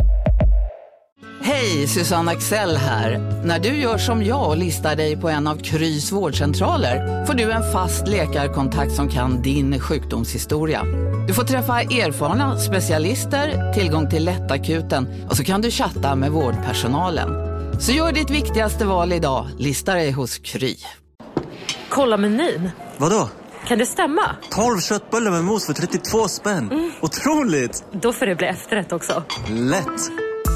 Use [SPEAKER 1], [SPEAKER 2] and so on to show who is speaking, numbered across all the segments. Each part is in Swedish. [SPEAKER 1] Hej, Susanne Axel här. När du gör som jag och listar dig på en av Krys vårdcentraler får du en fast läkarkontakt som kan din sjukdomshistoria. Du får träffa erfarna specialister, tillgång till lättakuten och så kan du chatta med vårdpersonalen. Så gör ditt viktigaste val idag, listar dig hos Kry.
[SPEAKER 2] Kolla menyn.
[SPEAKER 3] Vadå?
[SPEAKER 2] Kan det stämma?
[SPEAKER 3] 12 köttbullar med mos för 32 spänn. Otroligt!
[SPEAKER 2] Då får det bli efterrätt också.
[SPEAKER 3] Lätt!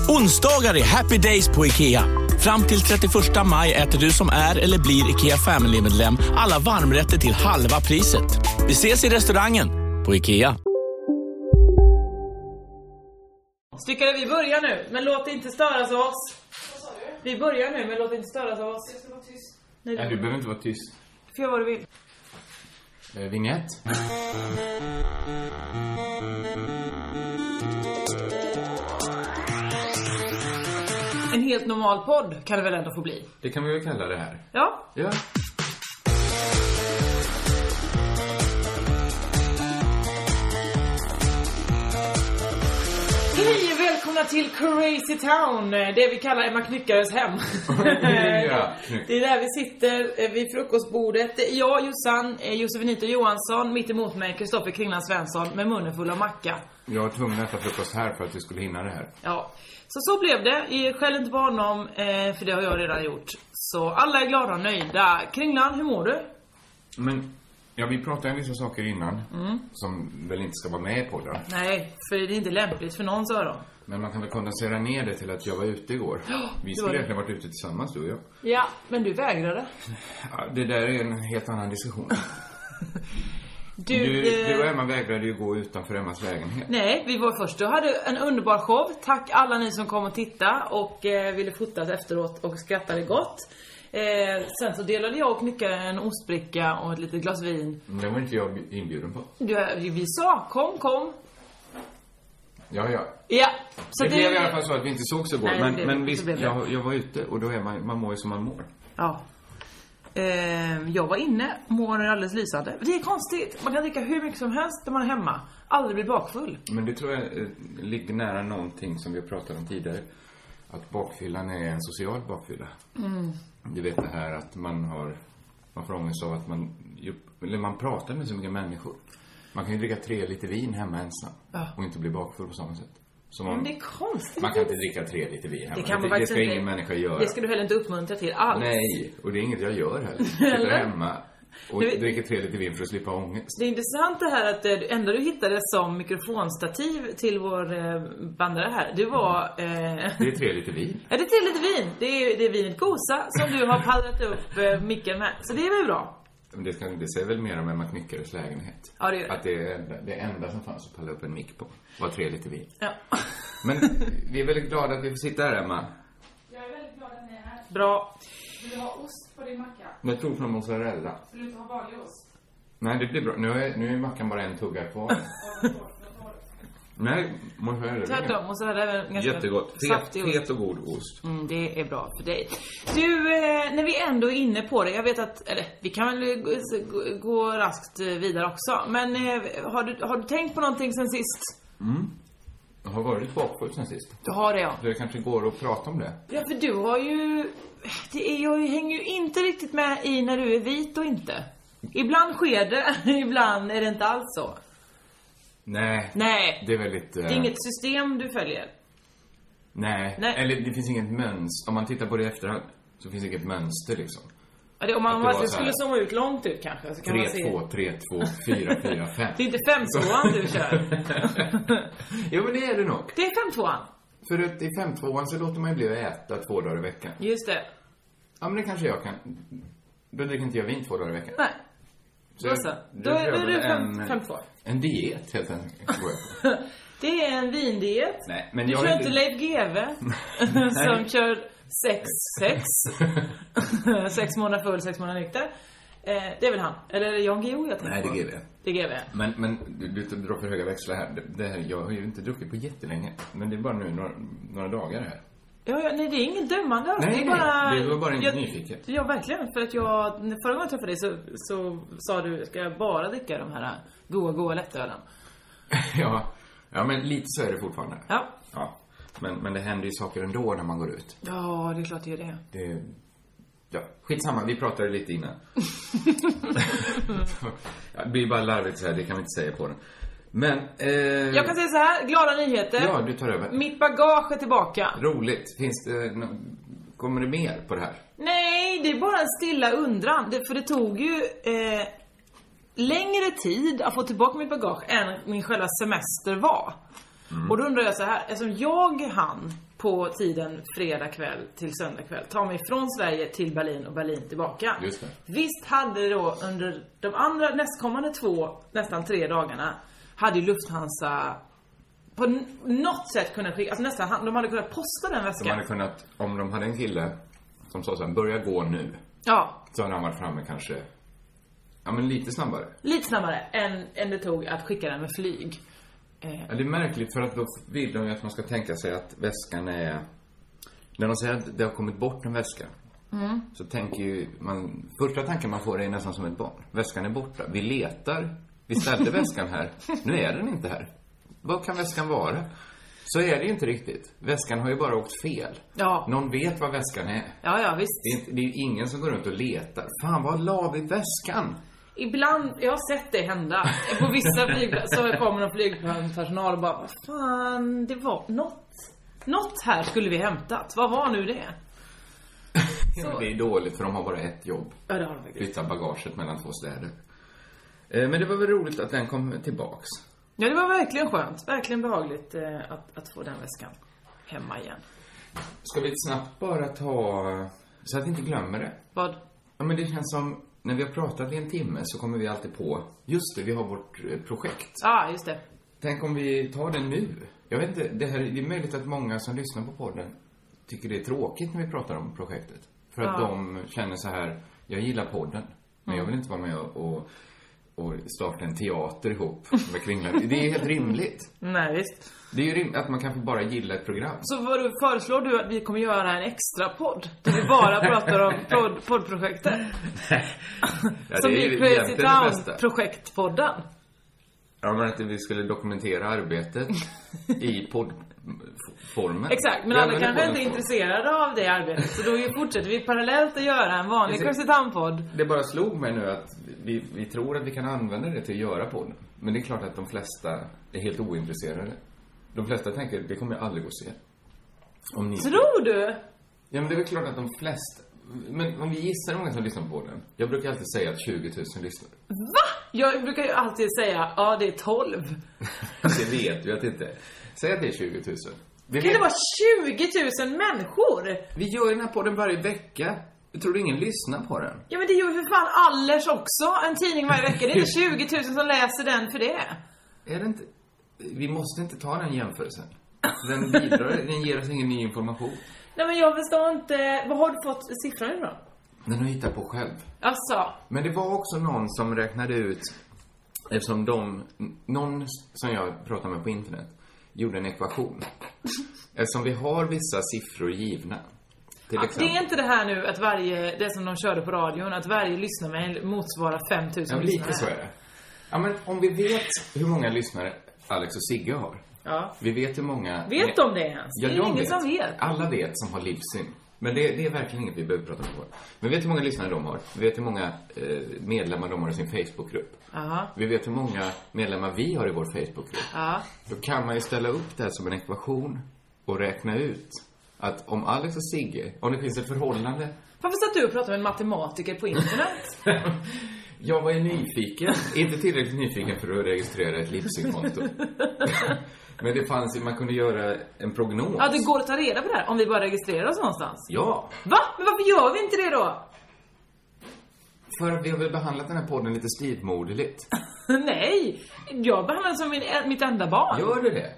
[SPEAKER 4] Onsdagar är happy days på IKEA. Fram till 31 maj äter du som är eller blir IKEA Family-medlem alla varmrätter till halva priset. Vi ses i restaurangen på IKEA.
[SPEAKER 5] Styckare, vi börjar nu, men låt det inte störas av oss. Vi börjar nu, men låt det inte störas av oss. Jag ska vara tyst. Nej,
[SPEAKER 6] Nej,
[SPEAKER 5] du
[SPEAKER 6] du behöver inte vara tyst.
[SPEAKER 5] får göra vad du vill.
[SPEAKER 6] Eh, Vignett.
[SPEAKER 5] En helt normal podd kan det väl ändå få bli?
[SPEAKER 6] Det kan vi väl kalla det här.
[SPEAKER 5] Ja.
[SPEAKER 6] Ja.
[SPEAKER 5] Hej och välkomna till Crazy Town, det vi kallar Emma Knyckares hem.
[SPEAKER 6] Ja,
[SPEAKER 5] det är där vi sitter eh, vid frukostbordet. Det är jag, Jossan, eh, Josefinito Johansson, mitt emot mig Kristoffer Kringland Svensson med munnen full av macka.
[SPEAKER 6] Jag var tvungen att äta frukost här för att vi skulle hinna det här.
[SPEAKER 5] Ja, så så blev det. Eh, Skäll inte på honom, eh, för det har jag redan gjort. Så alla är glada och nöjda. Kringland, hur mår du?
[SPEAKER 6] Men, ja vi pratade om vissa saker innan.
[SPEAKER 5] Mm.
[SPEAKER 6] Som väl inte ska vara med i podden.
[SPEAKER 5] Nej, för det är inte lämpligt för någon, sa de.
[SPEAKER 6] Men man kan väl kondensera ner det till att jag var ute igår. Vi
[SPEAKER 5] det var
[SPEAKER 6] skulle
[SPEAKER 5] det.
[SPEAKER 6] egentligen varit ute tillsammans, du och jag.
[SPEAKER 5] Ja, men du vägrade.
[SPEAKER 6] Ja, det där är en helt annan diskussion.
[SPEAKER 5] Du,
[SPEAKER 6] Du,
[SPEAKER 5] eh,
[SPEAKER 6] du och Emma vägrade ju gå utanför Emmas lägenhet.
[SPEAKER 5] Nej, vi var först och hade en underbar show. Tack alla ni som kom och tittade och eh, ville fotas efteråt och skrattade gott. Eh, sen så delade jag och Nicka en ostbricka och ett litet glas vin.
[SPEAKER 6] Men Det var inte jag inbjuden på.
[SPEAKER 5] Du, vi sa kom, kom.
[SPEAKER 6] Ja, ja.
[SPEAKER 5] Ja,
[SPEAKER 6] Så det, blev i alla fall så att vi inte såg så igår.
[SPEAKER 5] Nej, det blev
[SPEAKER 6] Men,
[SPEAKER 5] det.
[SPEAKER 6] men visst,
[SPEAKER 5] Det blev det.
[SPEAKER 6] jag, jag var ute och då är man, man mår ju som man mår.
[SPEAKER 5] Ja. Eh, jag var inne, mår alldeles lysande. Det är konstigt. Man kan dricka hur mycket som helst när man är hemma. Aldrig blir bakfull.
[SPEAKER 6] Men det tror jag eh, ligger nära någonting som vi har pratat om tidigare. Att bakfyllan är en social bakfylla.
[SPEAKER 5] Mm.
[SPEAKER 6] Du vet det här att man har, man får ångest av att man, ju- eller man pratar med så mycket människor. Man kan ju dricka tre liter vin hemma ensam
[SPEAKER 5] Ja.
[SPEAKER 6] och inte bli bakfull på samma sätt. Så
[SPEAKER 5] Men
[SPEAKER 6] man,
[SPEAKER 5] det är konstigt.
[SPEAKER 6] man kan inte dricka tre liter vin hemma.
[SPEAKER 5] Det kan man
[SPEAKER 6] det, det
[SPEAKER 5] faktiskt
[SPEAKER 6] ska
[SPEAKER 5] inte.
[SPEAKER 6] ingen människa göra.
[SPEAKER 5] Det ska du heller inte uppmuntra till alls.
[SPEAKER 6] Nej, och det är inget jag gör heller. Jag sitter hemma och
[SPEAKER 5] Du-
[SPEAKER 6] dricker tre liter vin för att slippa ångest.
[SPEAKER 5] Det är intressant det här att eh, det enda du hittade som mikrofonstativ till vår eh, bandare här, det var... Eh,
[SPEAKER 6] Det är tre liter vin.
[SPEAKER 5] ja, det är till lite vin. Det är, det är vinet Gosa som du har paddrat upp eh, micken med. Så det är väl bra.
[SPEAKER 6] Men Det, ska, det säger väl mer om Emma Knyckares lägenhet?
[SPEAKER 5] Ja, det gör det.
[SPEAKER 6] Att det, enda- det enda som fanns att palla upp en mick på var tre liter vin.
[SPEAKER 5] Ja.
[SPEAKER 6] Men vi är väldigt glada att vi får sitta här, Emma.
[SPEAKER 7] Jag är väldigt glad att ni är här.
[SPEAKER 5] Bra.
[SPEAKER 7] Vill du ha ost på din macka?
[SPEAKER 6] Jag tog från mozzarella.
[SPEAKER 7] Vill du inte ha vanlig ost?
[SPEAKER 6] Nej, det blir bra. Nu är, nu är mackan bara en tugga kvar. Nej, mozzarella.
[SPEAKER 5] Tvärtom. Och så hade även ganska
[SPEAKER 6] Jättegott. Fet,
[SPEAKER 5] saftig ost.
[SPEAKER 6] fet och god ost.
[SPEAKER 5] Mm, det är bra för dig. Du, eh, när vi ändå är inne på det. Jag vet att, eller vi kan väl gå, gå- gå raskt eh, vidare också. Men eh, har, du, har du tänkt på någonting sen sist?
[SPEAKER 6] Jag har varit bakfull sen sist.
[SPEAKER 5] Du har det ja.
[SPEAKER 6] Så det kanske går att prata om det.
[SPEAKER 5] Ja, för du har ju... Det är, jag hänger ju inte riktigt med i när du är vit och inte. Ibland sker det, ibland är det inte alls så.
[SPEAKER 6] Nej.
[SPEAKER 5] Nej.
[SPEAKER 6] Det är väldigt... eh,
[SPEAKER 5] Det är inget system du följer.
[SPEAKER 6] Nej.
[SPEAKER 5] Nej.
[SPEAKER 6] Eller det finns inget mönster. Om man tittar på det i efterhand så finns det inget mönster liksom.
[SPEAKER 5] Ja, det- Om man
[SPEAKER 6] Att det var
[SPEAKER 5] verkligen
[SPEAKER 6] så
[SPEAKER 5] skulle
[SPEAKER 6] här.
[SPEAKER 5] zooma ut långt ut kanske så kan man
[SPEAKER 6] 3,
[SPEAKER 5] se.
[SPEAKER 6] 2, 3, 2, 4, 4, 5.
[SPEAKER 5] Det är inte femtvåan du kör.
[SPEAKER 6] jo, men det är det nog.
[SPEAKER 5] Det är femtvåan.
[SPEAKER 6] För att i 5 2 så låter man ju bli att äta två dagar i veckan.
[SPEAKER 5] Just det.
[SPEAKER 6] Ja, men det kanske jag kan. Då dricker inte jag vin två dagar i veckan.
[SPEAKER 5] Nej.
[SPEAKER 6] Så
[SPEAKER 5] då
[SPEAKER 6] jag-
[SPEAKER 5] så. Då
[SPEAKER 6] jag
[SPEAKER 5] är- då är
[SPEAKER 6] kör
[SPEAKER 5] du
[SPEAKER 6] väl
[SPEAKER 5] fem-
[SPEAKER 6] en-
[SPEAKER 5] 5-2.
[SPEAKER 6] En diet, helt enkelt. går jag på.
[SPEAKER 5] Det är en vindiet.
[SPEAKER 6] Nej, men
[SPEAKER 5] du
[SPEAKER 6] jag
[SPEAKER 5] kör
[SPEAKER 6] är
[SPEAKER 5] inte
[SPEAKER 6] inte-
[SPEAKER 5] Leif GW som kör sex sex. sex månader full, sex månader nykter. Eh, det är väl han? Eller är det Jan Guillou jag tänker
[SPEAKER 6] Nej, det är
[SPEAKER 5] på?
[SPEAKER 6] GV.
[SPEAKER 5] Det är GV.
[SPEAKER 6] Men, men du, du drar för höga växlar här. Det, det här. Jag har ju inte druckit på jättelänge. Men det är bara nu några, några dagar här.
[SPEAKER 5] Ja, ja, nej, det är ingen dömande alls.
[SPEAKER 6] Nej,
[SPEAKER 5] det är bara...
[SPEAKER 6] nej. Det var bara en
[SPEAKER 5] jag,
[SPEAKER 6] nyfiken.
[SPEAKER 5] Ja, verkligen. För att jag... när- Förra gången jag träffade dig så, så sa du, ska jag bara dricka de här äh, goa, goa lättölen?
[SPEAKER 6] ja. ja, men lite så är det fortfarande.
[SPEAKER 5] Ja.
[SPEAKER 6] ja. Men, men det händer ju saker ändå när man går ut.
[SPEAKER 5] Ja, det är klart det gör det.
[SPEAKER 6] Det, ja, skitsamma, vi pratade lite innan. ja, det blir bara larvigt så här, det kan vi inte säga på den. Men... Eh,
[SPEAKER 5] Jag kan säga så här, glada nyheter.
[SPEAKER 6] Ja, du tar över.
[SPEAKER 5] Mitt bagage är tillbaka.
[SPEAKER 6] Roligt. Finns det... nå- Kommer det mer på det här?
[SPEAKER 5] Nej, det är bara en stilla undran. Det, för det tog ju eh, längre tid att få tillbaka mitt bagage än min själva semester var.
[SPEAKER 6] Mm.
[SPEAKER 5] Och då undrar jag så här, eftersom jag hann på tiden fredag kväll till söndag kväll ta mig från Sverige till Berlin och Berlin tillbaka.
[SPEAKER 6] Just det.
[SPEAKER 5] Visst hade det då under de andra nästkommande två, nästan tre dagarna, hade ju Lufthansa på n- något sätt kunnat skicka, alltså nästan, han- de hade kunnat posta den
[SPEAKER 6] De
[SPEAKER 5] väskan.
[SPEAKER 6] hade kunnat, om de hade en kille som sa såhär, börja gå nu.
[SPEAKER 5] Ja,
[SPEAKER 6] Så hade han varit framme kanske, ja men lite snabbare.
[SPEAKER 5] lite snabbare än, än det tog att skicka den med flyg.
[SPEAKER 6] Ja, det är märkligt för att då vill de ju att man ska tänka sig att väskan är... När de säger att det har kommit bort en väska. Så tänker ju man... Första tanken man får är nästan som ett barn. Väskan är borta. Vi letar. Vi ställde väskan här. Nu är den inte här. Vad kan väskan vara? Så är det ju inte riktigt. Väskan har ju bara åkt fel.
[SPEAKER 5] Ja.
[SPEAKER 6] Någon vet vad väskan är.
[SPEAKER 5] Ja, ja visst.
[SPEAKER 6] Det är, inte, det är ju ingen som går runt och letar. Fan, vad la vi väskan?
[SPEAKER 5] Ibland, jag har sett det hända. På vissa flygplatser så kommer någon flygplanspersonal och bara Vad fan, det var något. Något här skulle vi hämtat. Vad var nu det? Så.
[SPEAKER 6] Det är dåligt för de har bara ett jobb.
[SPEAKER 5] Ja, det har de faktiskt.
[SPEAKER 6] flytta bagaget mellan två städer. Eh, Men det var väl roligt att den kom tillbaks.
[SPEAKER 5] Ja, det var verkligen skönt. Verkligen behagligt eh, att, att få den väskan hemma igen.
[SPEAKER 6] Ska vi snabbt bara ta, så att vi inte glömmer det.
[SPEAKER 5] Vad?
[SPEAKER 6] Ja, men det känns som, när vi har pratat i en timme så kommer vi alltid på, just det, vi har vårt eh, projekt.
[SPEAKER 5] Ja, ah, just det.
[SPEAKER 6] Tänk om vi tar det nu. Jag vet inte, det, här, det är möjligt att många som lyssnar på podden tycker det är tråkigt när vi pratar om projektet. För att de känner så här, jag gillar podden, men jag vill inte vara med och, och, och starta en teater ihop med Kringlan. Det är helt rimligt.
[SPEAKER 5] Nej, visst.
[SPEAKER 6] Det är ju rimligt att man kanske bara gillar ett program.
[SPEAKER 5] Så vad du, föreslår du att vi kommer göra en extra podd? Där vi bara pratar om podd, poddprojektet?
[SPEAKER 6] Ja,
[SPEAKER 5] Som
[SPEAKER 6] det är
[SPEAKER 5] blir
[SPEAKER 6] ju
[SPEAKER 5] Crazy
[SPEAKER 6] egentligen det
[SPEAKER 5] Town
[SPEAKER 6] bästa.
[SPEAKER 5] projektpodden.
[SPEAKER 6] Ja, men att vi skulle dokumentera arbetet i poddformen.
[SPEAKER 5] Exakt, men
[SPEAKER 6] Vi
[SPEAKER 5] alla
[SPEAKER 6] använder
[SPEAKER 5] kanske inte
[SPEAKER 6] podden
[SPEAKER 5] är
[SPEAKER 6] så.
[SPEAKER 5] intresserade av det arbetet. Så då fortsätter vi parallellt att göra en vanlig
[SPEAKER 6] Precis.
[SPEAKER 5] Crazy Town-podd.
[SPEAKER 6] Det bara slog mig nu att vi, vi tror att vi kan använda det till att göra podden. Men det är klart att de flesta är helt ointresserade. De flesta tänker, det kommer jag aldrig gå att se. Om ni...
[SPEAKER 5] Tror du?
[SPEAKER 6] Ja, men det är väl klart att de flesta... Men om vi gissar hur många som lyssnar på den. Jag brukar alltid säga att 20 000 lyssnar.
[SPEAKER 5] Va? Jag brukar ju alltid säga, ja det är 12.
[SPEAKER 6] Det vet vi att det inte är. Säg att det är 20 000. Vi
[SPEAKER 5] Kan
[SPEAKER 6] vet-
[SPEAKER 5] det vara 20 000 människor?
[SPEAKER 6] Vi gör ju den här podden varje vecka. Jag tror ingen lyssnar på den.
[SPEAKER 5] Ja men det gör ju för fan Allers också, en tidning varje vecka. Det är inte 20 000 som läser den för det.
[SPEAKER 6] Är det inte... Vi måste inte ta den jämförelsen. Den bidrar, den ger oss ingen ny information.
[SPEAKER 5] Nej men jag förstår inte, vad har du fått siffran ifrån?
[SPEAKER 6] Den har jag hittat på själv.
[SPEAKER 5] Alltså,
[SPEAKER 6] Men det var också någon som räknade ut, eftersom de, någon som jag pratade med på internet, gjorde en ekvation. Eftersom vi har vissa siffror givna. Till
[SPEAKER 5] Ja,
[SPEAKER 6] exempel.
[SPEAKER 5] det är inte det här nu att varje, det som de körde på radion, att varje lyssnarmail motsvarar 5000
[SPEAKER 6] Ja,
[SPEAKER 5] lyssnare.
[SPEAKER 6] lite så är det. Ja, men om vi vet hur många lyssnare Alex och Sigge har.
[SPEAKER 5] Ja.
[SPEAKER 6] Vi vet hur många...
[SPEAKER 5] Vet de det ens?
[SPEAKER 6] Ja,
[SPEAKER 5] det är
[SPEAKER 6] de
[SPEAKER 5] ingen som vet.
[SPEAKER 6] Alla vet som har livssyn. Men det, det är verkligen inget vi behöver prata om. på. Men vi vet hur många lyssnare de har. Vi vet hur många eh, medlemmar de har i sin Facebookgrupp.
[SPEAKER 5] Jaha.
[SPEAKER 6] Vi vet hur många medlemmar vi har i vår Facebookgrupp.
[SPEAKER 5] Ja.
[SPEAKER 6] Då kan man ju ställa upp det här som en ekvation och räkna ut att om Alex och Sigge, om det finns ett förhållande
[SPEAKER 5] Varför satt du och pratade med en matematiker på internet?
[SPEAKER 6] Jag var ju nyfiken. Inte tillräckligt nyfiken för att registrera ett livssynkonto. Men det fanns ju, man kunde göra en prognos.
[SPEAKER 5] ja, det går att ta reda på det här om vi bara registrerar oss någonstans.
[SPEAKER 6] Ja,
[SPEAKER 5] Va? Men varför gör vi inte det då?
[SPEAKER 6] för att vi har väl behandlat den här podden lite styvmoderligt.
[SPEAKER 5] Nej! Jag behandlar det som min, mitt enda barn.
[SPEAKER 6] Gör du det?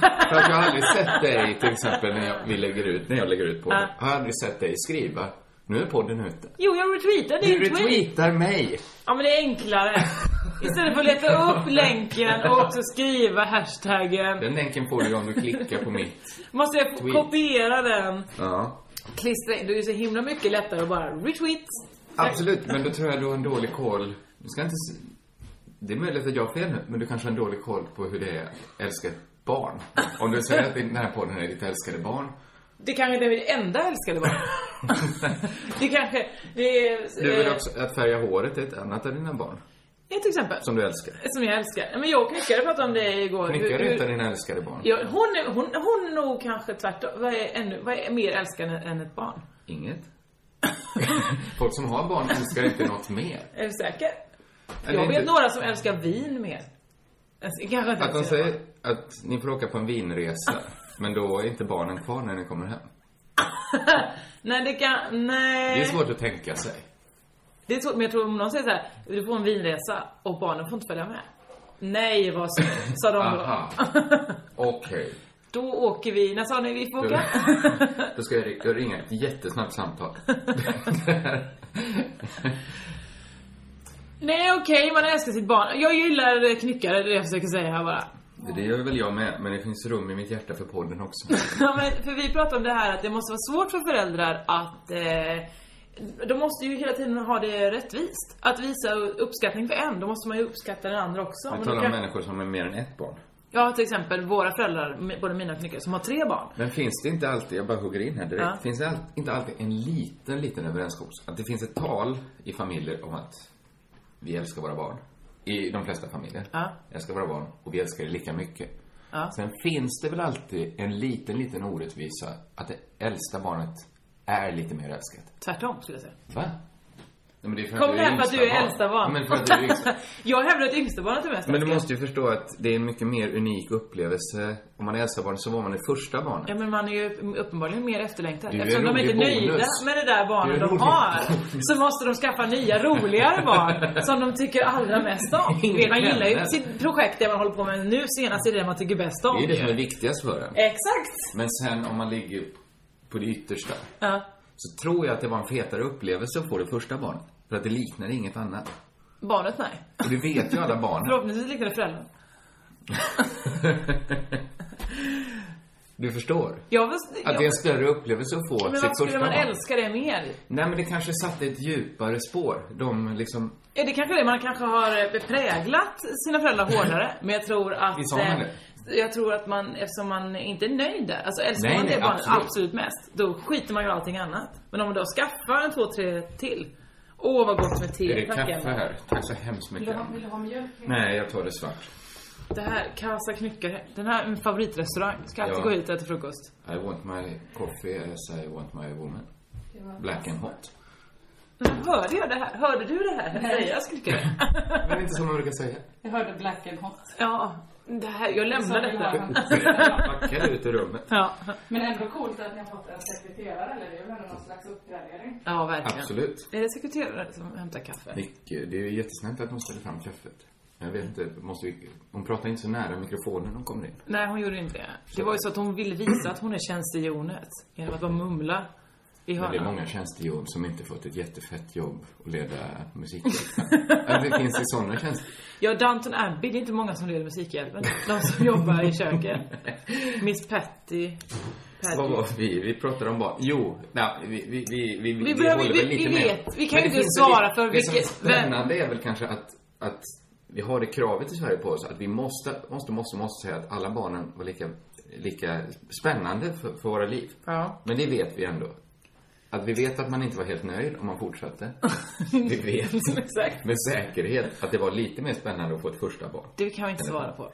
[SPEAKER 6] För att jag har aldrig sett dig, till exempel när jag, vi lägger ut, när jag lägger ut podden,
[SPEAKER 5] Ah.
[SPEAKER 6] har jag aldrig sett dig skriva Nu är podden ute.
[SPEAKER 5] Jo, jag retweetade din
[SPEAKER 6] Du
[SPEAKER 5] tweet.
[SPEAKER 6] retweetar mig!
[SPEAKER 5] Ja, men det är enklare. Istället för att leta upp länken och också skriva hashtaggen.
[SPEAKER 6] Den länken får du om du klickar på mitt.
[SPEAKER 5] Måste jag
[SPEAKER 6] Tweet.
[SPEAKER 5] kopiera den?
[SPEAKER 6] Ja.
[SPEAKER 5] Klistra in. Det är ju så himla mycket lättare att bara retweet.
[SPEAKER 6] Absolut, men då tror jag du har en dålig koll. Du ska inte... s- Det är möjligt att jag har fel nu, men du kanske har en dålig koll på hur det är att älska ett barn. Om du säger att den här podden är ditt älskade barn.
[SPEAKER 5] Det kanske inte är mitt enda älskade barn. det kanske... Det är...
[SPEAKER 6] Du vill
[SPEAKER 5] eh,
[SPEAKER 6] också att färga håret är ett annat av dina barn.
[SPEAKER 5] Ja, till exempel.
[SPEAKER 6] Som du älskar.
[SPEAKER 5] Som jag älskar. Men jag och Knyckare pratade om det igår.
[SPEAKER 6] Nickar du
[SPEAKER 5] Hur-
[SPEAKER 6] utan
[SPEAKER 5] hur-
[SPEAKER 6] dina älskade barn?
[SPEAKER 5] Ja, hon, är, hon, hon är nog kanske tvärtom. Vad är, ännu, vad är mer älskande än ett barn?
[SPEAKER 6] Inget. Folk som har barn älskar inte något mer.
[SPEAKER 5] Är du säker?
[SPEAKER 6] Eller
[SPEAKER 5] jag vet
[SPEAKER 6] inte-
[SPEAKER 5] några som älskar vin mer. Alltså, kanske inte
[SPEAKER 6] Att de
[SPEAKER 5] ens-
[SPEAKER 6] säger att ni får åka på en vinresa, men då är inte barnen kvar när ni kommer hem.
[SPEAKER 5] Nej, det kan...
[SPEAKER 6] Det
[SPEAKER 5] Nej.
[SPEAKER 6] är svårt att tänka sig.
[SPEAKER 5] Det är svårt, men jag tror om någon säger så här, du får en vinresa och barnen får inte följa med. Nej, vad så, sa de
[SPEAKER 6] Aha.
[SPEAKER 5] då.
[SPEAKER 6] Okej.
[SPEAKER 5] då åker vi, när sa ni vi får åka?
[SPEAKER 6] Då- Då ska jag ri- ringa ett jättesnabbt samtal.
[SPEAKER 5] Nej, okej, man älskar sitt barn. Jag gillar knyckare, det är det jag försöker säga här bara.
[SPEAKER 6] Det gör väl jag med, men det finns rum i mitt hjärta för podden också.
[SPEAKER 5] Ja, men för vi pratade om det här att det måste vara svårt för föräldrar att eh, de måste ju hela tiden ha det rättvist. Att visa uppskattning för en, då måste man ju uppskatta den andra också. Men
[SPEAKER 6] Vi
[SPEAKER 5] då
[SPEAKER 6] talar om
[SPEAKER 5] kan-
[SPEAKER 6] människor som är mer än ett barn.
[SPEAKER 5] Ja, till exempel våra föräldrar, m- både mina och Knyckare, som har tre barn.
[SPEAKER 6] Men finns det inte alltid, jag bara hugger in här direkt,
[SPEAKER 5] Ja.
[SPEAKER 6] finns det all, inte alltid en liten, liten överenskommelse? Att det finns ett tal i familjer om att vi älskar våra barn. I de flesta familjer.
[SPEAKER 5] Ja.
[SPEAKER 6] Älskar våra barn och vi älskar det lika mycket.
[SPEAKER 5] Ja.
[SPEAKER 6] Sen finns det väl alltid en liten, liten orättvisa att det äldsta barnet är lite mer älskat.
[SPEAKER 5] Tvärtom, skulle jag säga.
[SPEAKER 6] Va? Nej, men det är för
[SPEAKER 5] Kom
[SPEAKER 6] du är
[SPEAKER 5] det här för att du är äldsta barn?
[SPEAKER 6] Ja, Men för att du är yngsta.
[SPEAKER 5] jag hävdar att yngsta barnet är mest
[SPEAKER 6] Men du
[SPEAKER 5] älskat.
[SPEAKER 6] måste ju förstå att det är en mycket mer unik upplevelse. Om man är äldsta barn så var man det första barnet.
[SPEAKER 5] Ja men man är ju uppenbarligen mer efterlängtad.
[SPEAKER 6] Du är
[SPEAKER 5] Eftersom de
[SPEAKER 6] rolig
[SPEAKER 5] inte är nöjda
[SPEAKER 6] bonus.
[SPEAKER 5] med det där barnen
[SPEAKER 6] Du är
[SPEAKER 5] de
[SPEAKER 6] rolig
[SPEAKER 5] har
[SPEAKER 6] bonus.
[SPEAKER 5] så måste de skaffa nya roligare barn som de tycker allra mest om.
[SPEAKER 6] Ingen
[SPEAKER 5] Man gillar ju
[SPEAKER 6] vänner.
[SPEAKER 5] sitt projekt det man håller på med nu senast är det man tycker bäst om.
[SPEAKER 6] Det är ju det som är viktigast för en.
[SPEAKER 5] Exakt!
[SPEAKER 6] Men sen om man ligger på det yttersta
[SPEAKER 5] Ja.
[SPEAKER 6] så tror jag att det var en fetare upplevelse att få det första barnet. För att det liknar inget annat.
[SPEAKER 5] Barnet nej.
[SPEAKER 6] Och det vet ju alla barn.
[SPEAKER 5] Förhoppningsvis liknar det föräldrarna.
[SPEAKER 6] Du förstår?
[SPEAKER 5] Jag först-
[SPEAKER 6] Att det är en
[SPEAKER 5] jag,
[SPEAKER 6] större upplevelse att få
[SPEAKER 5] men
[SPEAKER 6] sitt
[SPEAKER 5] varför
[SPEAKER 6] första
[SPEAKER 5] skulle man
[SPEAKER 6] barn.
[SPEAKER 5] älska det mer?
[SPEAKER 6] Nej men det kanske satte ett djupare spår. De liksom,
[SPEAKER 5] Ja, det kanske är det. Man kanske har eh, präglat sina föräldrar hårdare. Men jag tror att...
[SPEAKER 6] Visst har man
[SPEAKER 5] eh,
[SPEAKER 6] det?
[SPEAKER 5] Jag tror att man, eftersom man inte är nöjd där. Alltså älskar
[SPEAKER 6] Nej,
[SPEAKER 5] man det
[SPEAKER 6] nej,
[SPEAKER 5] barnet absolut.
[SPEAKER 6] absolut.
[SPEAKER 5] mest, då skiter man ju i allting annat. Men om man då skaffar en, två, tre till. Åh, vad gott med te.
[SPEAKER 6] är det
[SPEAKER 5] Tack,
[SPEAKER 6] kaffe
[SPEAKER 5] Emma.
[SPEAKER 6] här? Tack så hemskt
[SPEAKER 7] Vill du
[SPEAKER 6] mycket.
[SPEAKER 7] ha, vill du ha mjölk?
[SPEAKER 6] Nej, jag tar det svart.
[SPEAKER 5] Det här, Casa Knyckare. Den här är min favoritrestaurang. Ska alltid
[SPEAKER 6] Ja.
[SPEAKER 5] gå hit och äta frukost.
[SPEAKER 6] I want my coffee as I want my woman. Black and hot.
[SPEAKER 5] Men hörde jag det här? Hörde du det här? Sägas Knyckare?
[SPEAKER 6] Men inte som man brukar säga.
[SPEAKER 7] Jag hörde black and hot.
[SPEAKER 5] ja. Det här, jag lämnar
[SPEAKER 7] Som
[SPEAKER 5] detta.
[SPEAKER 7] Johan.
[SPEAKER 6] Backar ut ur rummet.
[SPEAKER 5] Ja.
[SPEAKER 7] Men ändå coolt att ni har fått en sekreterare, eller det är väl ändå någon slags uppgradering?
[SPEAKER 5] ja, verkligen.
[SPEAKER 6] Absolut.
[SPEAKER 5] Är det sekreterare som hämtar kaffe?
[SPEAKER 6] Mycket. Det är ju jättesnällt att hon ställer fram kaffet. Jag vet inte, måste vi, hon pratar inte så nära mikrofonen när hon kommer in.
[SPEAKER 5] Nej, hon gjorde inte det. Det var ju så att hon ville visa att hon är tjänstehjonet. Genom att bara mumla i
[SPEAKER 6] Men det är
[SPEAKER 5] hörnan.
[SPEAKER 6] många tjänstejobb som inte fått ett jättefett jobb att leda musikhjälpen. Att det finns ju sådana tjänster.
[SPEAKER 5] Ja, Downton Abbey, det är inte många som leder Musikhjälpen. De som jobbar i köket. Miss Patty. Patty.
[SPEAKER 6] Vad var vi? Vi pratade om barn. Jo, nej, vi, vi, vi, vi,
[SPEAKER 5] Vi behöver-
[SPEAKER 6] håller
[SPEAKER 5] vi-
[SPEAKER 6] väl lite
[SPEAKER 5] vi
[SPEAKER 6] med.
[SPEAKER 5] vet. Vi kan
[SPEAKER 6] Men
[SPEAKER 5] ju
[SPEAKER 6] det
[SPEAKER 5] inte
[SPEAKER 6] finns
[SPEAKER 5] svara
[SPEAKER 6] väl-
[SPEAKER 5] för
[SPEAKER 6] Det som är
[SPEAKER 5] vilket-
[SPEAKER 6] spännande är väl kanske att, att vi har det kravet i Sverige på oss att vi måste, måste, måste, måste säga att alla barnen var lika, lika spännande för, för våra liv.
[SPEAKER 5] Ja.
[SPEAKER 6] Men det vet vi ändå. Att vi vet att man inte var helt nöjd om man fortsatte. Vi vet
[SPEAKER 5] Exakt.
[SPEAKER 6] med säkerhet att det var lite mer spännande att få ett första barn.
[SPEAKER 5] Det kan vi inte svara på.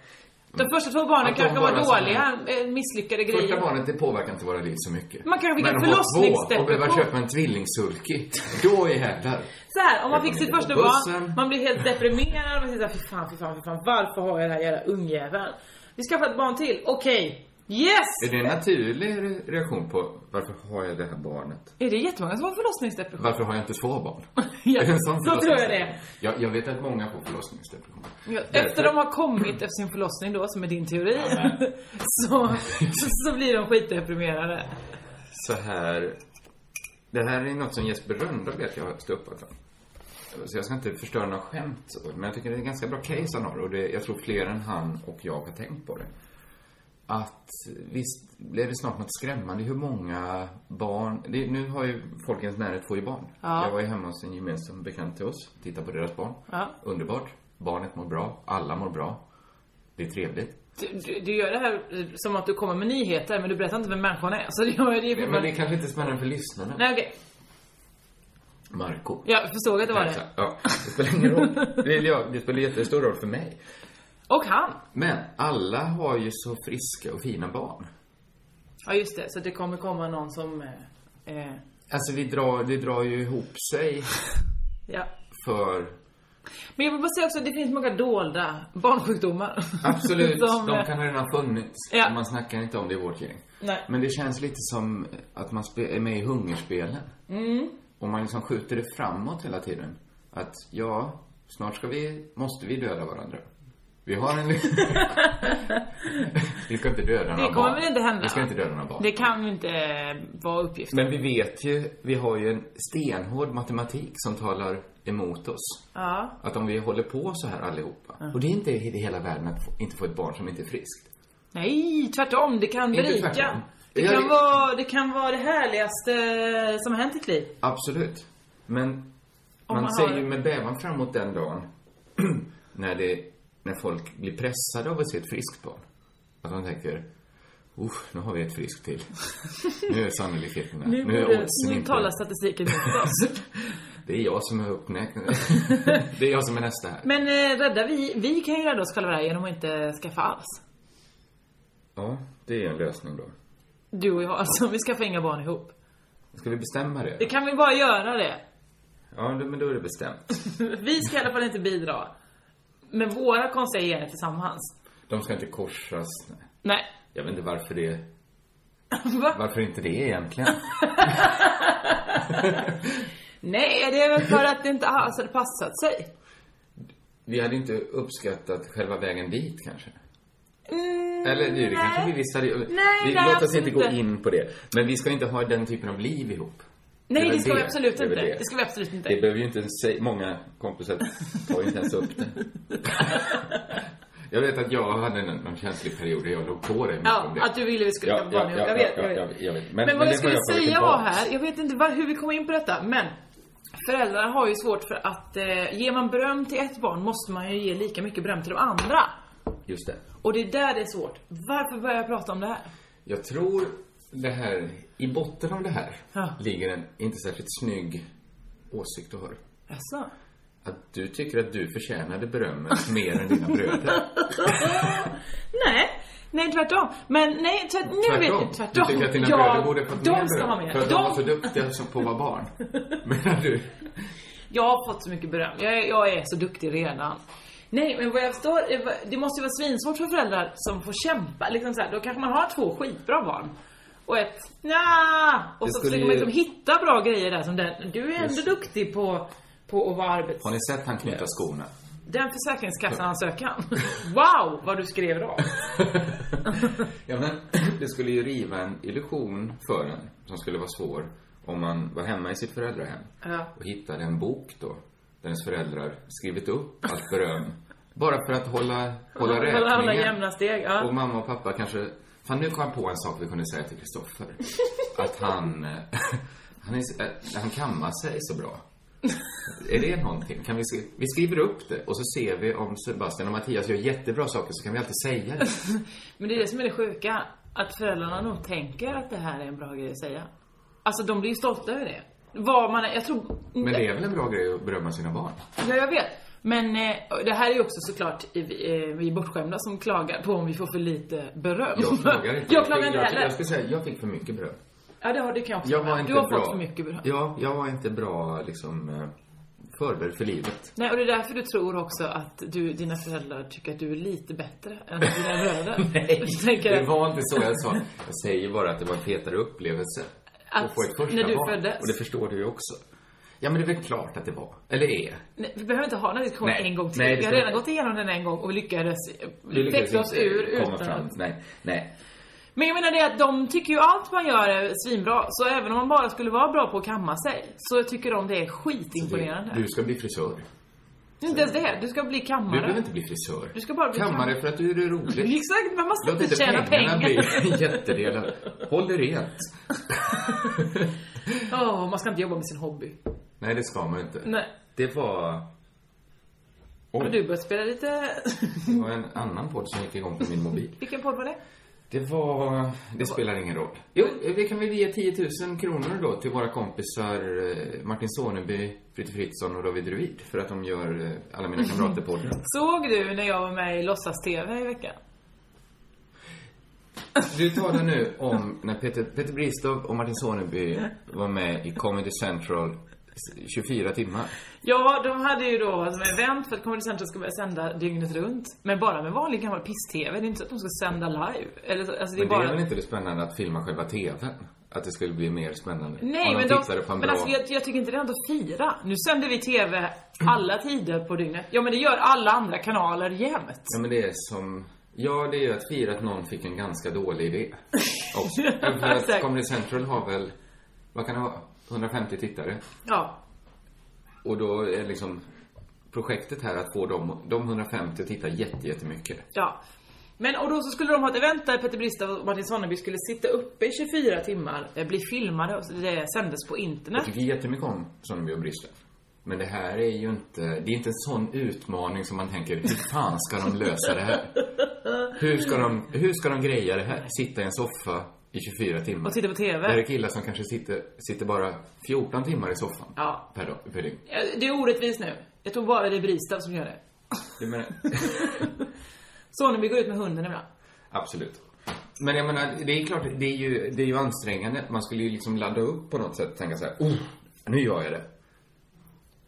[SPEAKER 5] De första två barnen
[SPEAKER 6] Att de
[SPEAKER 5] kanske var
[SPEAKER 6] bara så här-
[SPEAKER 5] dåliga, eh, misslyckade
[SPEAKER 6] Första
[SPEAKER 5] grejer.
[SPEAKER 6] barnet det påverkar inte våra liv så mycket.
[SPEAKER 5] Man kanske fick
[SPEAKER 6] Men
[SPEAKER 5] en
[SPEAKER 6] om man har två och
[SPEAKER 5] förlossningsdepression.
[SPEAKER 6] behöver köpa en tvillingsulky, då är jävlar.
[SPEAKER 5] Så här, om man fick
[SPEAKER 6] Man
[SPEAKER 5] sitt
[SPEAKER 6] åker
[SPEAKER 5] första
[SPEAKER 6] på
[SPEAKER 5] barn,
[SPEAKER 6] bussen.
[SPEAKER 5] man blir helt deprimerad. Man sitter såhär, fy fan, fy fan, fy fan. Varför har jag den här jävla ungjäveln? Vi skaffar ett barn till. Okej. Yes!
[SPEAKER 6] Är det en naturlig re- reaktion på varför har jag det här barnet?
[SPEAKER 5] Är det jättemånga som har förlossningsdepression?
[SPEAKER 6] Varför har jag inte två barn?
[SPEAKER 5] Ja,
[SPEAKER 6] Är det en
[SPEAKER 5] så
[SPEAKER 6] sån
[SPEAKER 5] tror jag
[SPEAKER 6] förlossningsdepression? Jag, jag vet att många får förlossningsdepression.
[SPEAKER 5] Ja,
[SPEAKER 6] Därför-
[SPEAKER 5] Efter de har kommit efter sin förlossning då, som är din teori, så, så, så blir de skitdeprimerade.
[SPEAKER 6] så här Det här är något som Jesper Rönndahl vet jag har ståuppat om. Så jag ska inte förstöra några skämt. Men jag tycker det är ett ganska bra case han har. Och det, jag tror fler än han och jag har tänkt på det. Att visst blev det snart något skrämmande hur många barn... Det, nu har ju Folkens närhet får ju barn. Jag var ju hemma hos en gemensam bekant till oss. Tittade på deras barn.
[SPEAKER 5] Ja.
[SPEAKER 6] Underbart. Barnet mår bra. Alla mår bra. Det är trevligt.
[SPEAKER 5] Du, du, du gör det här eh, som att du kommer med nyheter, men du berättar inte vem människan är. Så det, det är ju
[SPEAKER 6] Men, liksom- men det är kanske inte är spännande för lyssnarna.
[SPEAKER 5] Nej, okej.
[SPEAKER 6] Marco.
[SPEAKER 5] Jag förstod att det var
[SPEAKER 6] Alltså,
[SPEAKER 5] det.
[SPEAKER 6] Ja, det spelar ingen roll. Det, är jag, det spelar jättestor roll för mig.
[SPEAKER 5] Och han.
[SPEAKER 6] Men alla har ju så friska och fina barn.
[SPEAKER 5] Ja, just det. Så det kommer komma någon som... Eh, eh,
[SPEAKER 6] Alltså vi drar, det drar ju ihop sig
[SPEAKER 5] ja.
[SPEAKER 6] för...
[SPEAKER 5] Men jag vill bara säga också att det finns många dolda barnsjukdomar.
[SPEAKER 6] Absolut,
[SPEAKER 5] Som,
[SPEAKER 6] de
[SPEAKER 5] eh,
[SPEAKER 6] kan ha redan funnits.
[SPEAKER 5] Ja.
[SPEAKER 6] Ja. Man snackar inte om det i vårt gäng.
[SPEAKER 5] Nej.
[SPEAKER 6] Men det känns lite som att man spe- är med i hungerspelen.
[SPEAKER 5] Mm.
[SPEAKER 6] Och man liksom skjuter det framåt hela tiden. Att ja, snart ska vi, måste vi döda varandra. Vi har en... vi ska inte döda några
[SPEAKER 5] kommer
[SPEAKER 6] barn.
[SPEAKER 5] väl inte hända,
[SPEAKER 6] Vi ska
[SPEAKER 5] va?
[SPEAKER 6] inte döda några barn.
[SPEAKER 5] Det kan ju inte eh, vara uppgiften.
[SPEAKER 6] Men vi vet ju, vi har ju en stenhård matematik som talar emot oss.
[SPEAKER 5] Ja.
[SPEAKER 6] Att om vi håller på så här allihopa. Och det är inte i hela världen att få, inte få ett barn som inte är friskt.
[SPEAKER 5] Nej, tvärtom. Det kan
[SPEAKER 6] Inte
[SPEAKER 5] berika.
[SPEAKER 6] tvärtom.
[SPEAKER 5] Det
[SPEAKER 6] Jag-
[SPEAKER 5] kan, vara, det kan vara det härligaste eh, som har hänt i ditt liv.
[SPEAKER 6] Absolut. Men
[SPEAKER 5] Om
[SPEAKER 6] man,
[SPEAKER 5] man
[SPEAKER 6] ser
[SPEAKER 5] har-
[SPEAKER 6] ju med bävan framåt den dagen när, det, när folk blir pressade av att se ett friskt barn. Att de tänker, oh, nu har vi ett friskt till. nu är sannolikheten
[SPEAKER 5] Nu,
[SPEAKER 6] är
[SPEAKER 5] borde,
[SPEAKER 6] oddsen
[SPEAKER 5] nu
[SPEAKER 6] inte-
[SPEAKER 5] talar statistiken mot oss.
[SPEAKER 6] Det är jag som är uppräknad. det är jag som är nästa här.
[SPEAKER 5] Men eh, rädda vi, vi kan ju rädda oss själva där genom att inte skaffa alls.
[SPEAKER 6] Ja, det är en lösning då.
[SPEAKER 5] Du och jag alltså, vi skaffar inga barn ihop.
[SPEAKER 6] Ska vi bestämma det?
[SPEAKER 5] Det kan vi bara göra det.
[SPEAKER 6] Ja, då- men då är det bestämt.
[SPEAKER 5] Vi ska i alla fall inte bidra. Med våra konstiga gener tillsammans.
[SPEAKER 6] De ska inte korsas. Nej.
[SPEAKER 5] Nej.
[SPEAKER 6] Jag vet inte varför det...
[SPEAKER 5] Va?
[SPEAKER 6] Varför inte det egentligen?
[SPEAKER 5] Nej, det är väl för att det inte alls hade passat sig.
[SPEAKER 6] Vi hade inte uppskattat själva vägen dit kanske.
[SPEAKER 5] Mm,
[SPEAKER 6] Eller det, det kanske vi
[SPEAKER 5] nej.
[SPEAKER 6] visst hade...
[SPEAKER 5] nej,
[SPEAKER 6] vi, låt oss
[SPEAKER 5] absolut
[SPEAKER 6] inte gå
[SPEAKER 5] inte.
[SPEAKER 6] in på det. Men vi ska inte ha den typen av liv ihop.
[SPEAKER 5] Nej,
[SPEAKER 6] är väl
[SPEAKER 5] det ska vi absolut
[SPEAKER 6] Det är
[SPEAKER 5] inte.
[SPEAKER 6] väl
[SPEAKER 5] Det. ska vi absolut inte.
[SPEAKER 6] Det behöver ju inte ens säga. Många kompisar tar ju inte ens upp det. jag vet att jag hade en, någon känslig period där jag låg på dig mycket
[SPEAKER 5] Ja,
[SPEAKER 6] om det.
[SPEAKER 5] att du ville vi skulle skaffa barn ihop. Jag vet, jag vet.
[SPEAKER 6] jag vet.
[SPEAKER 5] Men,
[SPEAKER 6] det
[SPEAKER 5] vad jag
[SPEAKER 6] får
[SPEAKER 5] skulle
[SPEAKER 6] ta
[SPEAKER 5] säga var
[SPEAKER 6] tillbaka.
[SPEAKER 5] här, jag vet inte var, hur vi kom in på detta, men föräldrar har ju svårt för att eh, ger man beröm till ett barn måste man ju ge lika mycket beröm till de andra.
[SPEAKER 6] Just det.
[SPEAKER 5] Och det är där det är svårt. Varför börjar jag prata om det här?
[SPEAKER 6] Jag tror det här, i botten av det här
[SPEAKER 5] Ja.
[SPEAKER 6] ligger en inte särskilt snygg åsikt du har.
[SPEAKER 5] Jaså?
[SPEAKER 6] Att du tycker att du förtjänade berömmet mer än dina bröder.
[SPEAKER 5] Nej, nej tvärtom. Men nej, tvärt, nu vet
[SPEAKER 6] Tvärtom.
[SPEAKER 5] jag,
[SPEAKER 6] Du
[SPEAKER 5] tvärtom.
[SPEAKER 6] tycker att dina
[SPEAKER 5] Ja,
[SPEAKER 6] bröder borde fått mer
[SPEAKER 5] de ska ha
[SPEAKER 6] beröm.
[SPEAKER 5] mer.
[SPEAKER 6] För att de var så duktiga som på att vara barn. Men du,
[SPEAKER 5] Jag har fått så mycket beröm. Jag, är- jag är så duktig redan. Nej, men vad jag förstår, eh, vad- det måste ju vara svinsvårt för föräldrar som får kämpa. Liksom så här, då kanske man har två skitbra barn. Och ett nja, Och
[SPEAKER 6] Det
[SPEAKER 5] så
[SPEAKER 6] skulle
[SPEAKER 5] försöker man
[SPEAKER 6] ju-
[SPEAKER 5] liksom hitta bra grejer där som den. Du är ändå duktig på, på att vara arbets...
[SPEAKER 6] har ni sett han knyta skorna?
[SPEAKER 5] Den försäkringskasseansökan. wow, vad du skrev då.
[SPEAKER 6] ja, men det skulle ju riva en illusion för en som skulle vara svår om man var hemma i sitt föräldrahem
[SPEAKER 5] Ja.
[SPEAKER 6] och hittade en bok då där ens föräldrar skrivit upp allt beröm bara för att hålla, hålla räkningen.
[SPEAKER 5] Alla jämna steg. Ja.
[SPEAKER 6] Och mamma och pappa kanske... Fan, nu kom jag på en sak vi kunde säga till Kristoffer. Att han... eh, Han, är, så- eh, han kammar sig så bra. Är det någonting? Kan vi, skri- vi skriver upp det och så ser vi om Sebastian och Mattias gör jättebra saker så kan vi alltid säga det.
[SPEAKER 5] Men det är det som är det sjuka. Att föräldrarna nog tänker att det här är en bra grej att säga. Alltså de blir ju stolta över det. Vad man är, jag tror...
[SPEAKER 6] Men det är väl en bra grej att berömma sina barn?
[SPEAKER 5] Ja, jag vet. Men eh, det här är ju också såklart i, eh, vi bortskämda som klagar på om vi får för lite beröm.
[SPEAKER 6] Jag klagar inte.
[SPEAKER 5] Jag klagar inte
[SPEAKER 6] jag,
[SPEAKER 5] heller.
[SPEAKER 6] Jag, ska säga, jag fick för mycket beröm.
[SPEAKER 5] Ja, det, har, det kan jag också
[SPEAKER 6] Jag
[SPEAKER 5] säga.
[SPEAKER 6] var inte
[SPEAKER 5] Du har
[SPEAKER 6] bra.
[SPEAKER 5] fått för mycket beröm.
[SPEAKER 6] Ja, jag var inte bra liksom eh, förberedd för livet.
[SPEAKER 5] Nej, och det är därför du tror också att du, dina föräldrar tycker att du är lite bättre än dina bröder.
[SPEAKER 6] Nej,
[SPEAKER 5] Du tänker
[SPEAKER 6] det
[SPEAKER 5] att-
[SPEAKER 6] var inte så jag sa. Jag säger bara att det var en fetare upplevelse. Att,
[SPEAKER 5] Att
[SPEAKER 6] få ett första
[SPEAKER 5] när du
[SPEAKER 6] barn.
[SPEAKER 5] föddes.
[SPEAKER 6] Och det förstår du ju också. Ja, men det är väl klart att det var. Eller är.
[SPEAKER 5] Nej, vi behöver inte ha den här diskussionen
[SPEAKER 6] Nej.
[SPEAKER 5] en gång till.
[SPEAKER 6] Nej, det
[SPEAKER 5] vi har
[SPEAKER 6] ska vi
[SPEAKER 5] redan
[SPEAKER 6] inte.
[SPEAKER 5] gått igenom den en gång och lyckades...
[SPEAKER 6] Vi lyckades
[SPEAKER 5] Täckte oss
[SPEAKER 6] liksom inte
[SPEAKER 5] ur
[SPEAKER 6] komma
[SPEAKER 5] utan
[SPEAKER 6] fram.
[SPEAKER 5] att...
[SPEAKER 6] Nej, nej.
[SPEAKER 5] Men jag menar det att de tycker ju allt man gör är svinbra. Så även om man bara skulle vara bra på att kamma sig, så tycker de det är skitimponerande.
[SPEAKER 6] Du ska bli frisör.
[SPEAKER 5] Inte ens det, du ska bli
[SPEAKER 6] Du
[SPEAKER 5] kammare.
[SPEAKER 6] behöver inte bli frisör.
[SPEAKER 5] Du ska bara bli
[SPEAKER 6] Kammare för att du är det roligt.
[SPEAKER 5] Exakt, man måste
[SPEAKER 6] Låt
[SPEAKER 5] inte
[SPEAKER 6] inte
[SPEAKER 5] tjäna
[SPEAKER 6] pengarna
[SPEAKER 5] pengar.
[SPEAKER 6] bli jättedelar. Håll det rent.
[SPEAKER 5] Åh, man ska inte jobba med sin hobby.
[SPEAKER 6] Nej, det ska man inte.
[SPEAKER 5] Nej.
[SPEAKER 6] Det var...
[SPEAKER 5] Har
[SPEAKER 6] Oj,
[SPEAKER 5] du börjat spela lite...
[SPEAKER 6] det var en annan podd som gick igång på min mobil.
[SPEAKER 5] Vilken podd var det?
[SPEAKER 6] Det var... Det spelar ingen roll. Jo, vi kan väl ge 10 000 kronor då till våra kompisar eh, Martin Soneby, Fritte Fritzson och David Ruid för att de gör eh, Alla mina kamrater-podden.
[SPEAKER 5] Såg du när jag var med i Låtsas-TV i veckan?
[SPEAKER 6] Du talar nu om när Peter, Peter Bristow och Martin Soneby var med i Comedy Central 24 timmar.
[SPEAKER 5] Ja, de hade ju då som event för att Comedy Central ska börja sända dygnet runt. Men bara med vanlig gammal piss-TV. Det är inte så att de ska sända live. Eller, så- alltså, det är
[SPEAKER 6] Men det
[SPEAKER 5] bara...
[SPEAKER 6] är väl inte det spännande att filma själva TVn? Att det skulle bli mer spännande?
[SPEAKER 5] Nej,
[SPEAKER 6] Om de
[SPEAKER 5] men,
[SPEAKER 6] tittade på en
[SPEAKER 5] men
[SPEAKER 6] bra...
[SPEAKER 5] alltså, jag, jag tycker inte det är något att fira. Nu sänder vi TV alla tider på dygnet. Ja, men det gör alla andra kanaler jämt.
[SPEAKER 6] Ja, men det är som... Ja, det är ju att fira att någon fick en ganska dålig idé. Också. För att
[SPEAKER 5] Exakt.
[SPEAKER 6] Comedy Central har väl, vad kan det vara, 150 tittare?
[SPEAKER 5] Ja,
[SPEAKER 6] Och då är liksom projektet här att få dem, de 150 att titta jätte, jättemycket.
[SPEAKER 5] Ja. Men och då så skulle de ha ett event där Peter Bristow och Martin Sonneby skulle sitta uppe i 24 timmar, eh, bli filmade och så det sändes på internet.
[SPEAKER 6] Jag tycker jättemycket om Sonneby och Brislev. Men det här är ju inte, det är inte en sån utmaning som man tänker, hur fan ska de lösa det här? Hur ska de, hur ska de greja det här? Sitta i en soffa i 24 timmar.
[SPEAKER 5] Och titta på TV.
[SPEAKER 6] Det här är killar som kanske sitter, sitter bara 14 timmar i soffan.
[SPEAKER 5] Ja.
[SPEAKER 6] Per dag, per dygn.
[SPEAKER 5] Ja, Det är orättvist nu. Jag tror bara det är Bristow som gör det.
[SPEAKER 6] Jag menar,
[SPEAKER 5] Sonneby går ut med hunden ibland.
[SPEAKER 6] absolut. Men jag menar, det är klart, det är ju, det är ju ansträngande. Man skulle ju liksom ladda upp på något sätt och tänka så här, oh, nu gör jag det.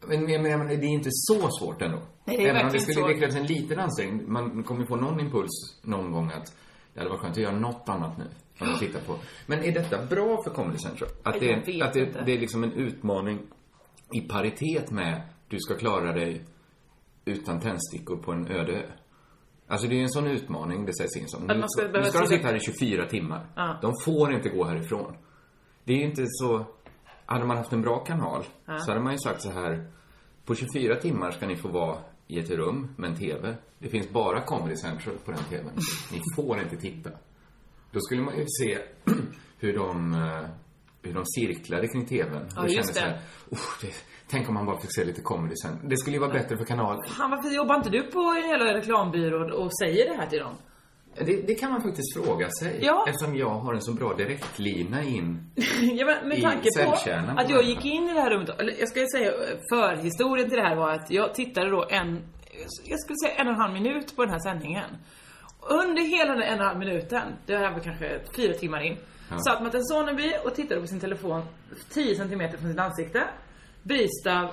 [SPEAKER 6] Men jag menar, det är inte så svårt ändå.
[SPEAKER 5] Nej, det är
[SPEAKER 6] Även om det
[SPEAKER 5] verkligen
[SPEAKER 6] skulle
[SPEAKER 5] svårt.
[SPEAKER 6] det krävs en liten ansträngning. Man kommer få någon impuls någon gång att det hade varit skönt att göra något annat nu. Om man tittar på. Men är detta bra för Comedy Central? Att,
[SPEAKER 5] Jag
[SPEAKER 6] det,
[SPEAKER 5] vet
[SPEAKER 6] att det,
[SPEAKER 5] inte.
[SPEAKER 6] det är liksom en utmaning i paritet med du ska klara dig utan tändstickor på en öde ö. Alltså det är ju en sån utmaning det sägs in som. Nu,
[SPEAKER 5] man ska
[SPEAKER 6] nu
[SPEAKER 5] behöva
[SPEAKER 6] ska de
[SPEAKER 5] sitta-
[SPEAKER 6] sitta här i 24 timmar.
[SPEAKER 5] Ja.
[SPEAKER 6] De får inte gå härifrån. Det är ju inte så... Hade man haft en bra kanal så hade man ju sagt så här. På 24 timmar ska ni få vara i ett rum med en TV. Det finns bara Comedy Central på den TVn. Ni får inte titta. Då skulle man ju se hur de, eh, hur de cirklade kring TVn.
[SPEAKER 5] Ja,
[SPEAKER 6] Då
[SPEAKER 5] just
[SPEAKER 6] kändes
[SPEAKER 5] det.
[SPEAKER 6] Så här, "Oh, det, tänk om man bara fick se lite Comedy Central. Det skulle ju vara bättre för kanalen.
[SPEAKER 5] Han, varför jobbar inte du på hela reklambyrån och säger det här till dem?
[SPEAKER 6] Det, det kan man faktiskt fråga sig.
[SPEAKER 5] Ja.
[SPEAKER 6] Eftersom jag har en så bra direktlina in.
[SPEAKER 5] Ja, men med
[SPEAKER 6] I
[SPEAKER 5] tanke på
[SPEAKER 6] cellkärnan på
[SPEAKER 5] att jag
[SPEAKER 6] den här.
[SPEAKER 5] gick in i det här rummet, eller jag ska säga förhistorien till det här var att jag tittade då en, jag skulle säga en och en halv minut på den här sändningen. Under hela den en och en halv minuten, det här var kanske fyra timmar in, satt Martin Soneby och tittade på sin telefon 10 cm från sitt ansikte. Bristav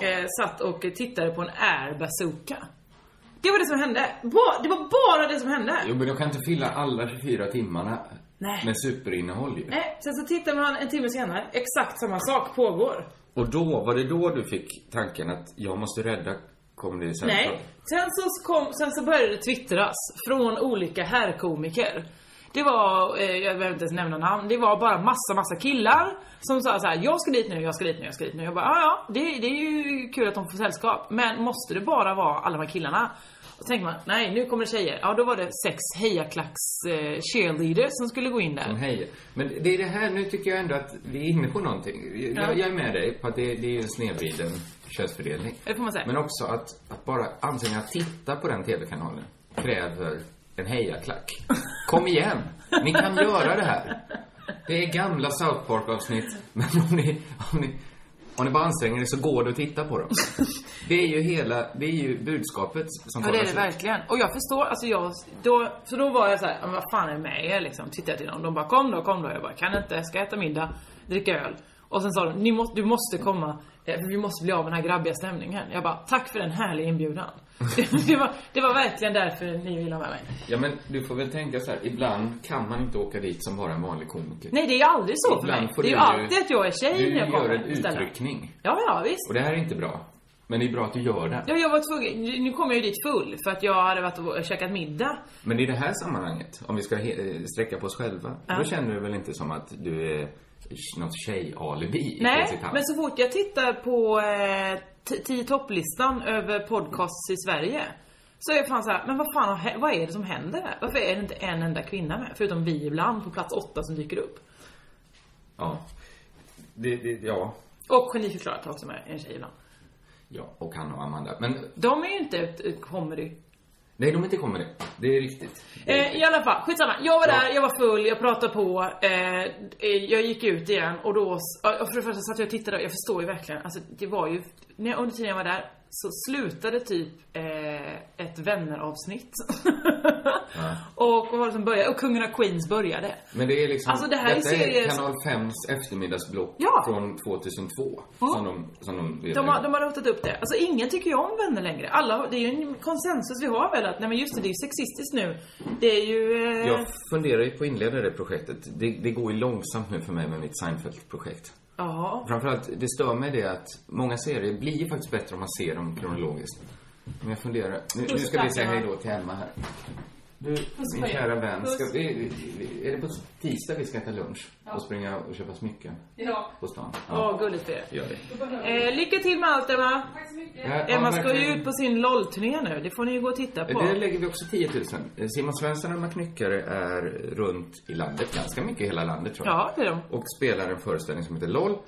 [SPEAKER 5] eh, satt och tittade på en air bazooka. Det var det som hände. Ba- Det var bara det som hände.
[SPEAKER 6] Jo, men jag kan inte fylla alla 24 timmarna
[SPEAKER 5] Nej.
[SPEAKER 6] med superinnehåll ju.
[SPEAKER 5] Nej, sen så tittar man en timme senare, exakt samma sak pågår.
[SPEAKER 6] Och då, var det då du fick tanken att jag måste rädda Comedy Central?
[SPEAKER 5] Nej. Sen så, kom, sen så började det twittras från olika herrkomiker. Det var, eh, jag behöver inte ens nämna namn, det var bara massa, massa killar som sa så här: jag ska dit nu, jag ska dit nu, jag ska dit nu. Jag bara, "Ja, ja, det, det är ju kul att de får sällskap, men måste det bara vara alla de här killarna? Och så tänker man, nej nu kommer det tjejer. Ja, då var det sex hejaklacks eh, cheerleaders som skulle gå in
[SPEAKER 6] Men
[SPEAKER 5] där.
[SPEAKER 6] hej. Men det är det här, nu tycker jag ändå att vi är inne på någonting. Jag, jag är med dig på att det, det är ju en snedvriden könsfördelning.
[SPEAKER 5] Det får man säga.
[SPEAKER 6] Men också att, att bara antingen att titta på den tv-kanalen kräver en hejaklack. Kom igen! Ni kan göra det här. Det är gamla South Park-avsnitt, men om ni, om ni, om ni bara anstränger er så går det att titta på dem. Det är ju hela, det är ju budskapet som
[SPEAKER 5] Ja det är det
[SPEAKER 6] talas ut.
[SPEAKER 5] verkligen. Och jag förstår, alltså jag, då, så då var jag så här, "Men vad fan är det med er liksom? Tittade jag till dem. De bara kom då, kom då. Jag bara kan inte, jag ska äta middag, dricka öl. Och sen sa de, Ni må, du måste komma, eh, för vi måste bli av med den här grabbiga stämningen. Jag bara, tack för den härliga inbjudan. det, var, det var verkligen därför ni ville ha med mig.
[SPEAKER 6] Ja, men du får väl tänka så här, ibland kan man inte åka dit som bara en vanlig komiker.
[SPEAKER 5] Nej det är ju aldrig så för
[SPEAKER 6] Ibland
[SPEAKER 5] mig.
[SPEAKER 6] får
[SPEAKER 5] Det är ju
[SPEAKER 6] du ju-
[SPEAKER 5] alltid att jag är tjej
[SPEAKER 6] Du
[SPEAKER 5] när jag
[SPEAKER 6] gör
[SPEAKER 5] kommer
[SPEAKER 6] en
[SPEAKER 5] istället.
[SPEAKER 6] utryckning.
[SPEAKER 5] Ja, ja visst.
[SPEAKER 6] Och det här är inte bra. Men det är bra att du gör det.
[SPEAKER 5] Ja, jag var tvungen. Nu kom jag ju dit full för att jag hade varit och käkat middag.
[SPEAKER 6] Men i det här sammanhanget, om vi ska he- eh, sträcka på oss själva, då känner du väl inte som att du är något tjejalibi? i
[SPEAKER 5] Nej,
[SPEAKER 6] princip här?
[SPEAKER 5] men så fort jag tittar på eh, t- tio topplistan över podcasts i Sverige så är jag fan såhär, men vad fan har hä- vad är det som händer här? Varför är det inte en enda kvinna med? Förutom vi ibland på plats åtta som dyker upp.
[SPEAKER 6] Ja. Det, det, ja.
[SPEAKER 5] Och Geniförklarat har också med en tjej ibland.
[SPEAKER 6] Ja, och han och Amanda. Men
[SPEAKER 5] De är ju inte ett- ett comedy.
[SPEAKER 6] nej, de inte kommer det. Det är riktigt. Det är
[SPEAKER 5] Eh, I alla fall, skitsamma. Jag var
[SPEAKER 6] Ja.
[SPEAKER 5] där, jag var full, jag pratade på, eh, eh, jag gick ut igen och då, s- ja, och för det första satt jag och tittade och jag förstår ju verkligen, alltså det var ju, när, under tiden jag var där så slutade typ eh, ett vänneravsnitt. och vad var det som började? Och Kungen av Queens började.
[SPEAKER 6] Men det är liksom,
[SPEAKER 5] Alltså, det här är
[SPEAKER 6] detta
[SPEAKER 5] serier som-
[SPEAKER 6] kanal 5s eftermiddagsblock
[SPEAKER 5] Ja.
[SPEAKER 6] från 2002. Som de, som de vet.
[SPEAKER 5] De har, de har rotat upp det. Alltså ingen tycker ju om vänner längre. Alla, har- det är ju en konsensus vi har väl att, nej men just det, det är ju sexistiskt nu. Det är ju... Eh,
[SPEAKER 6] Jag funderar ju på att inleda det projektet. Det, det går ju långsamt nu för mig med mitt Seinfeld-projekt.
[SPEAKER 5] ja.
[SPEAKER 6] Framförallt, det stör mig det att många serier blir ju faktiskt bättre om man ser dem kronologiskt. Men jag funderar. Nu, nu ska vi säga hej då till Emma här. Du, min kära vän. Ska vi, vi- vi, är det på tisdag vi ska äta lunch? Och springa och köpa smycken?
[SPEAKER 7] Ja.
[SPEAKER 6] På stan?
[SPEAKER 5] Åh, gulligt det är.
[SPEAKER 6] Gör det.
[SPEAKER 5] Eh, lycka till med allt Emma!
[SPEAKER 6] Ja, ja,
[SPEAKER 5] Emma ska ju
[SPEAKER 6] verkligen.
[SPEAKER 5] ut på sin LOL-turné nu, det får ni ju gå och titta på.
[SPEAKER 6] Det lägger vi också 10 000. Eh, Simon Svensson och Emma Knyckare är runt i landet, ganska mycket i hela landet tror jag.
[SPEAKER 5] Ja, det är de.
[SPEAKER 6] Och spelar en föreställning som heter LOL. Eh,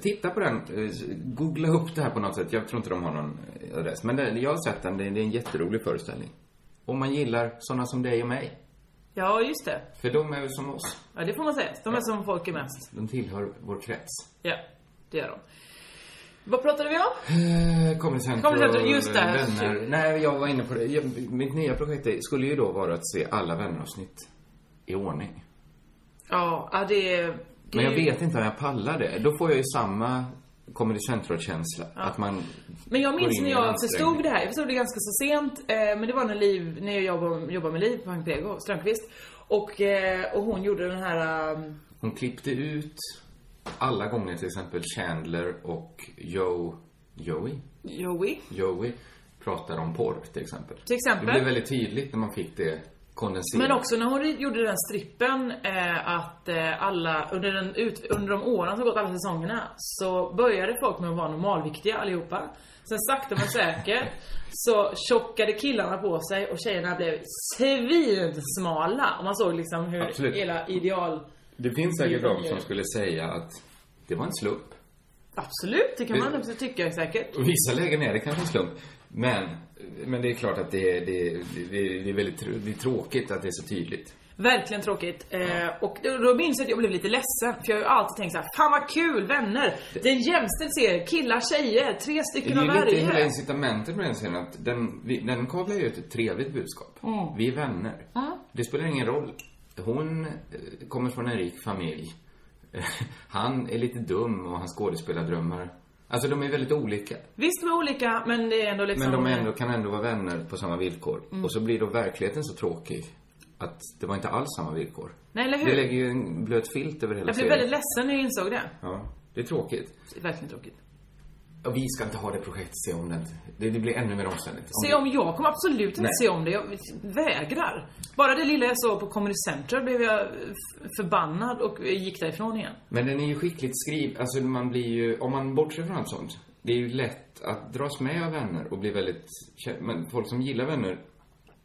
[SPEAKER 6] Titta på den, eh, googla upp det här på något sätt. Jag tror inte de har någon eh, adress. Men det, jag har sett den, det det är en jätterolig föreställning. Om man gillar sådana som dig och mig.
[SPEAKER 5] Ja, just det.
[SPEAKER 6] För de är väl som oss.
[SPEAKER 5] Ja, det får man säga. De är som folk är mest.
[SPEAKER 6] De tillhör vår krets.
[SPEAKER 5] Ja, det gör de. Vad pratade vi om?
[SPEAKER 6] Eh, Kommer sen
[SPEAKER 5] Kommer sen till- just det. Typ.
[SPEAKER 6] vänner. Nej, jag var inne på det. Jag, mitt nya projekt är- skulle ju då vara att se alla vänneravsnitt i ordning.
[SPEAKER 5] Ja, ja det är... det
[SPEAKER 6] Men
[SPEAKER 5] är
[SPEAKER 6] jag
[SPEAKER 5] ju-
[SPEAKER 6] vet inte om jag pallar det. Då får jag ju samma Comedy Central-känsla. Att man...
[SPEAKER 5] Men jag
[SPEAKER 6] går
[SPEAKER 5] minns
[SPEAKER 6] in
[SPEAKER 5] när
[SPEAKER 6] i en
[SPEAKER 5] jag
[SPEAKER 6] ansträngning.
[SPEAKER 5] förstod det här. Jag förstod det ganska så sent. Eh, men det var när, Liv, när jag jobbade, jobbade med Liv på Hank Prego Strömquist. Och, eh, och hon gjorde den här... ehm,
[SPEAKER 6] Hon klippte ut alla gånger till exempel Chandler och Joe... Joey?
[SPEAKER 5] Joey.
[SPEAKER 6] Joey pratar om porr till exempel.
[SPEAKER 5] Till exempel.
[SPEAKER 6] Det blev väldigt tydligt när man fick det kondenserat.
[SPEAKER 5] Men också när hon gjorde den strippen eh, att eh, alla, under, den ut, under de åren som gått, alla säsongerna, så började folk med att vara normalviktiga allihopa. Sen sakta men säkert så tjockade killarna på sig och tjejerna blev svinsmala. Och man såg liksom hur
[SPEAKER 6] Absolut.
[SPEAKER 5] hela ideal...
[SPEAKER 6] Det finns säkert de
[SPEAKER 5] Mm.
[SPEAKER 6] som skulle säga att det var en slump.
[SPEAKER 5] Absolut, det kan man
[SPEAKER 6] Det-
[SPEAKER 5] också tycka säkert.
[SPEAKER 6] Och vissa lägen är det kanske en slump. Men, men det är klart att det, det, det, det är väldigt tr- det är tråkigt att det är så tydligt.
[SPEAKER 5] Verkligen tråkigt. Eh, och då- då minns jag att jag blev lite ledsen, för jag har ju alltid tänkt så här: fan vad kul, vänner! Det är en jämställd serie, killar, tjejer, tre
[SPEAKER 6] Det
[SPEAKER 5] stycken av
[SPEAKER 6] är ju lite
[SPEAKER 5] varje.
[SPEAKER 6] hela incitamentet med den serien att den, vi- den kavlar ju ut ett trevligt budskap.
[SPEAKER 5] Mm.
[SPEAKER 6] Vi är vänner. Det spelar ingen roll. Hon eh, kommer från en rik familj. Han är lite dum och han skådespelardrömmar. Alltså de är väldigt olika.
[SPEAKER 5] Visst, de är olika, men det är ändå liksom...
[SPEAKER 6] Men de är ändå, kan ändå vara vänner på samma villkor.
[SPEAKER 5] Mm.
[SPEAKER 6] Och så blir då verkligheten så tråkig att det var inte alls samma villkor.
[SPEAKER 5] Nej, eller hur?
[SPEAKER 6] Det lägger ju en blöt filt över hela
[SPEAKER 5] Jag blev
[SPEAKER 6] serien.
[SPEAKER 5] väldigt ledsen när jag insåg det.
[SPEAKER 6] Ja, det är tråkigt.
[SPEAKER 5] Det är verkligen tråkigt.
[SPEAKER 6] Ja, vi ska inte ha det projektet, se om det inte... Det, det blir ännu mer omständigt. Om
[SPEAKER 5] Se om jag kommer absolut inte
[SPEAKER 6] Nej.
[SPEAKER 5] se om det. Jag vägrar. Bara det lilla jag såg på Comedy Central blev jag f- förbannad och gick därifrån igen.
[SPEAKER 6] Men den är ju skickligt skriven. Alltså man blir ju, om man bortser från allt sånt. Det är ju lätt att dras med av vänner och bli väldigt kä- Men folk som gillar vänner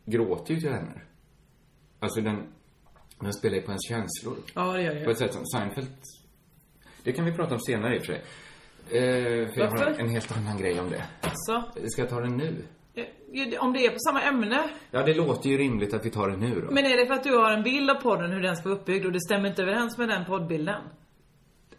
[SPEAKER 6] gråter ju till vänner. Alltså den, den spelar ju på ens känslor.
[SPEAKER 5] Ja, det gör jag.
[SPEAKER 6] På ett sätt som Seinfeld. Det kan vi prata om senare i och för sig. Eh, för jag har
[SPEAKER 5] Varför?
[SPEAKER 6] en helt annan grej om det.
[SPEAKER 5] Alltså,
[SPEAKER 6] Ska jag ta den nu?
[SPEAKER 5] eh, om det är på samma ämne.
[SPEAKER 6] Ja, det låter ju rimligt att vi tar den nu då.
[SPEAKER 5] Men är det för att du har en bild av podden, hur den ska vara uppbyggd och det stämmer inte överens med den poddbilden?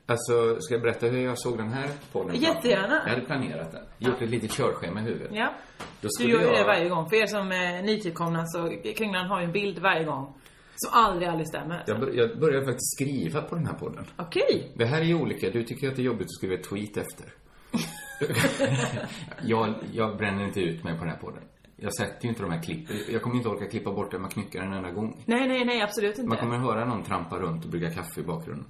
[SPEAKER 6] Alltså, ska jag berätta hur jag såg den här podden?
[SPEAKER 5] Jättegärna.
[SPEAKER 6] Jag hade planerat den. Gjort ett litet körschema i huvudet.
[SPEAKER 5] Ja.
[SPEAKER 6] Då
[SPEAKER 5] Du
[SPEAKER 6] skulle
[SPEAKER 5] gör ju
[SPEAKER 6] jag-
[SPEAKER 5] det varje gång. För er som är nytillkomna så, Kringlan har ju en bild varje gång. Som aldrig, aldrig stämmer.
[SPEAKER 6] Jag, bör, jag började faktiskt skriva på den här podden.
[SPEAKER 5] Okej.
[SPEAKER 6] Det här är ju olika. Du tycker att det är jobbigt att skriva ett tweet efter. jag, jag bränner inte ut mig på den här podden. Jag sätter ju inte de här klippen. Jag kommer inte orka klippa bort Emma Knyckare en enda gång.
[SPEAKER 5] Nej, nej, nej, absolut inte.
[SPEAKER 6] Man kommer höra någon trampa runt och brygga kaffe i bakgrunden.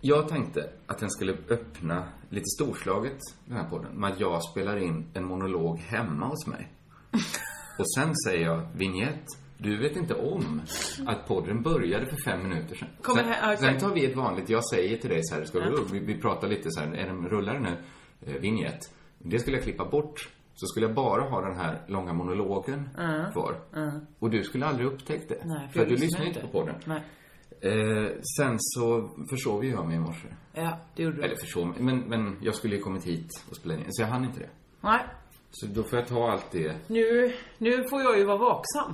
[SPEAKER 6] Jag tänkte att den skulle öppna lite storslaget, den här podden, med att jag spelar in en monolog hemma hos mig. Och sen säger jag, vignett, du vet inte om att podden började för fem minuter sedan.
[SPEAKER 5] Kommer
[SPEAKER 6] sen,
[SPEAKER 5] här- ja, exakt.
[SPEAKER 6] sen tar vi ett vanligt, jag säger till dig så här, ska vi, vi, vi pratar lite så här, är den rullar den nu, eh, vignett. Det skulle jag klippa bort. Så skulle jag bara ha den här långa monologen kvar. Och du skulle aldrig upptäckt det.
[SPEAKER 5] Nej,
[SPEAKER 6] för att du
[SPEAKER 5] jag
[SPEAKER 6] lyssnar inte på podden.
[SPEAKER 5] Nej.
[SPEAKER 6] Eh, sen så försov ju jag mig i morse.
[SPEAKER 5] Ja, det gjorde du.
[SPEAKER 6] Eller försov mig, men, men jag skulle ju kommit hit och spela in. Så jag hann inte det.
[SPEAKER 5] Nej.
[SPEAKER 6] Så då får jag ta allt det.
[SPEAKER 5] Nu, nu får jag ju vara vaksam.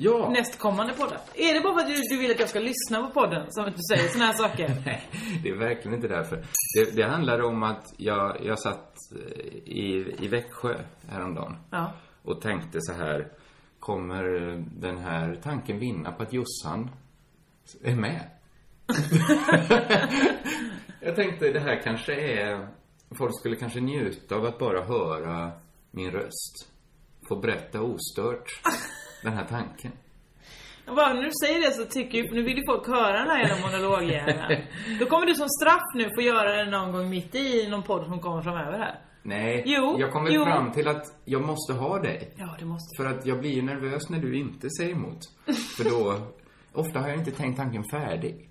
[SPEAKER 6] Ja!
[SPEAKER 5] Nästkommande podden. Är det bara för att du, du vill att jag ska lyssna på podden som att du säger såna här saker?
[SPEAKER 6] Nej, det är verkligen inte därför. Det, det handlar om att jag, jag satt eh, i, i Växjö häromdagen
[SPEAKER 5] Ja.
[SPEAKER 6] och tänkte så här. Kommer den här tanken vinna på att Jossan är med? jag tänkte det här kanske är... Folk skulle kanske njuta av att bara höra min röst. Få berätta ostört den här tanken.
[SPEAKER 5] Jag bara, när du säger det så tycker ju, nu vill ju folk höra den här jävla monologjäveln. Då kommer du som straff nu få göra det någon gång mitt i någon podd som kommer framöver här.
[SPEAKER 6] Nej,
[SPEAKER 5] Jo,
[SPEAKER 6] jag kommer
[SPEAKER 5] jo.
[SPEAKER 6] fram till att jag måste ha dig.
[SPEAKER 5] Ja, det måste
[SPEAKER 6] För att jag blir ju nervös när du inte säger emot. För då, ofta har jag inte tänkt tanken färdig.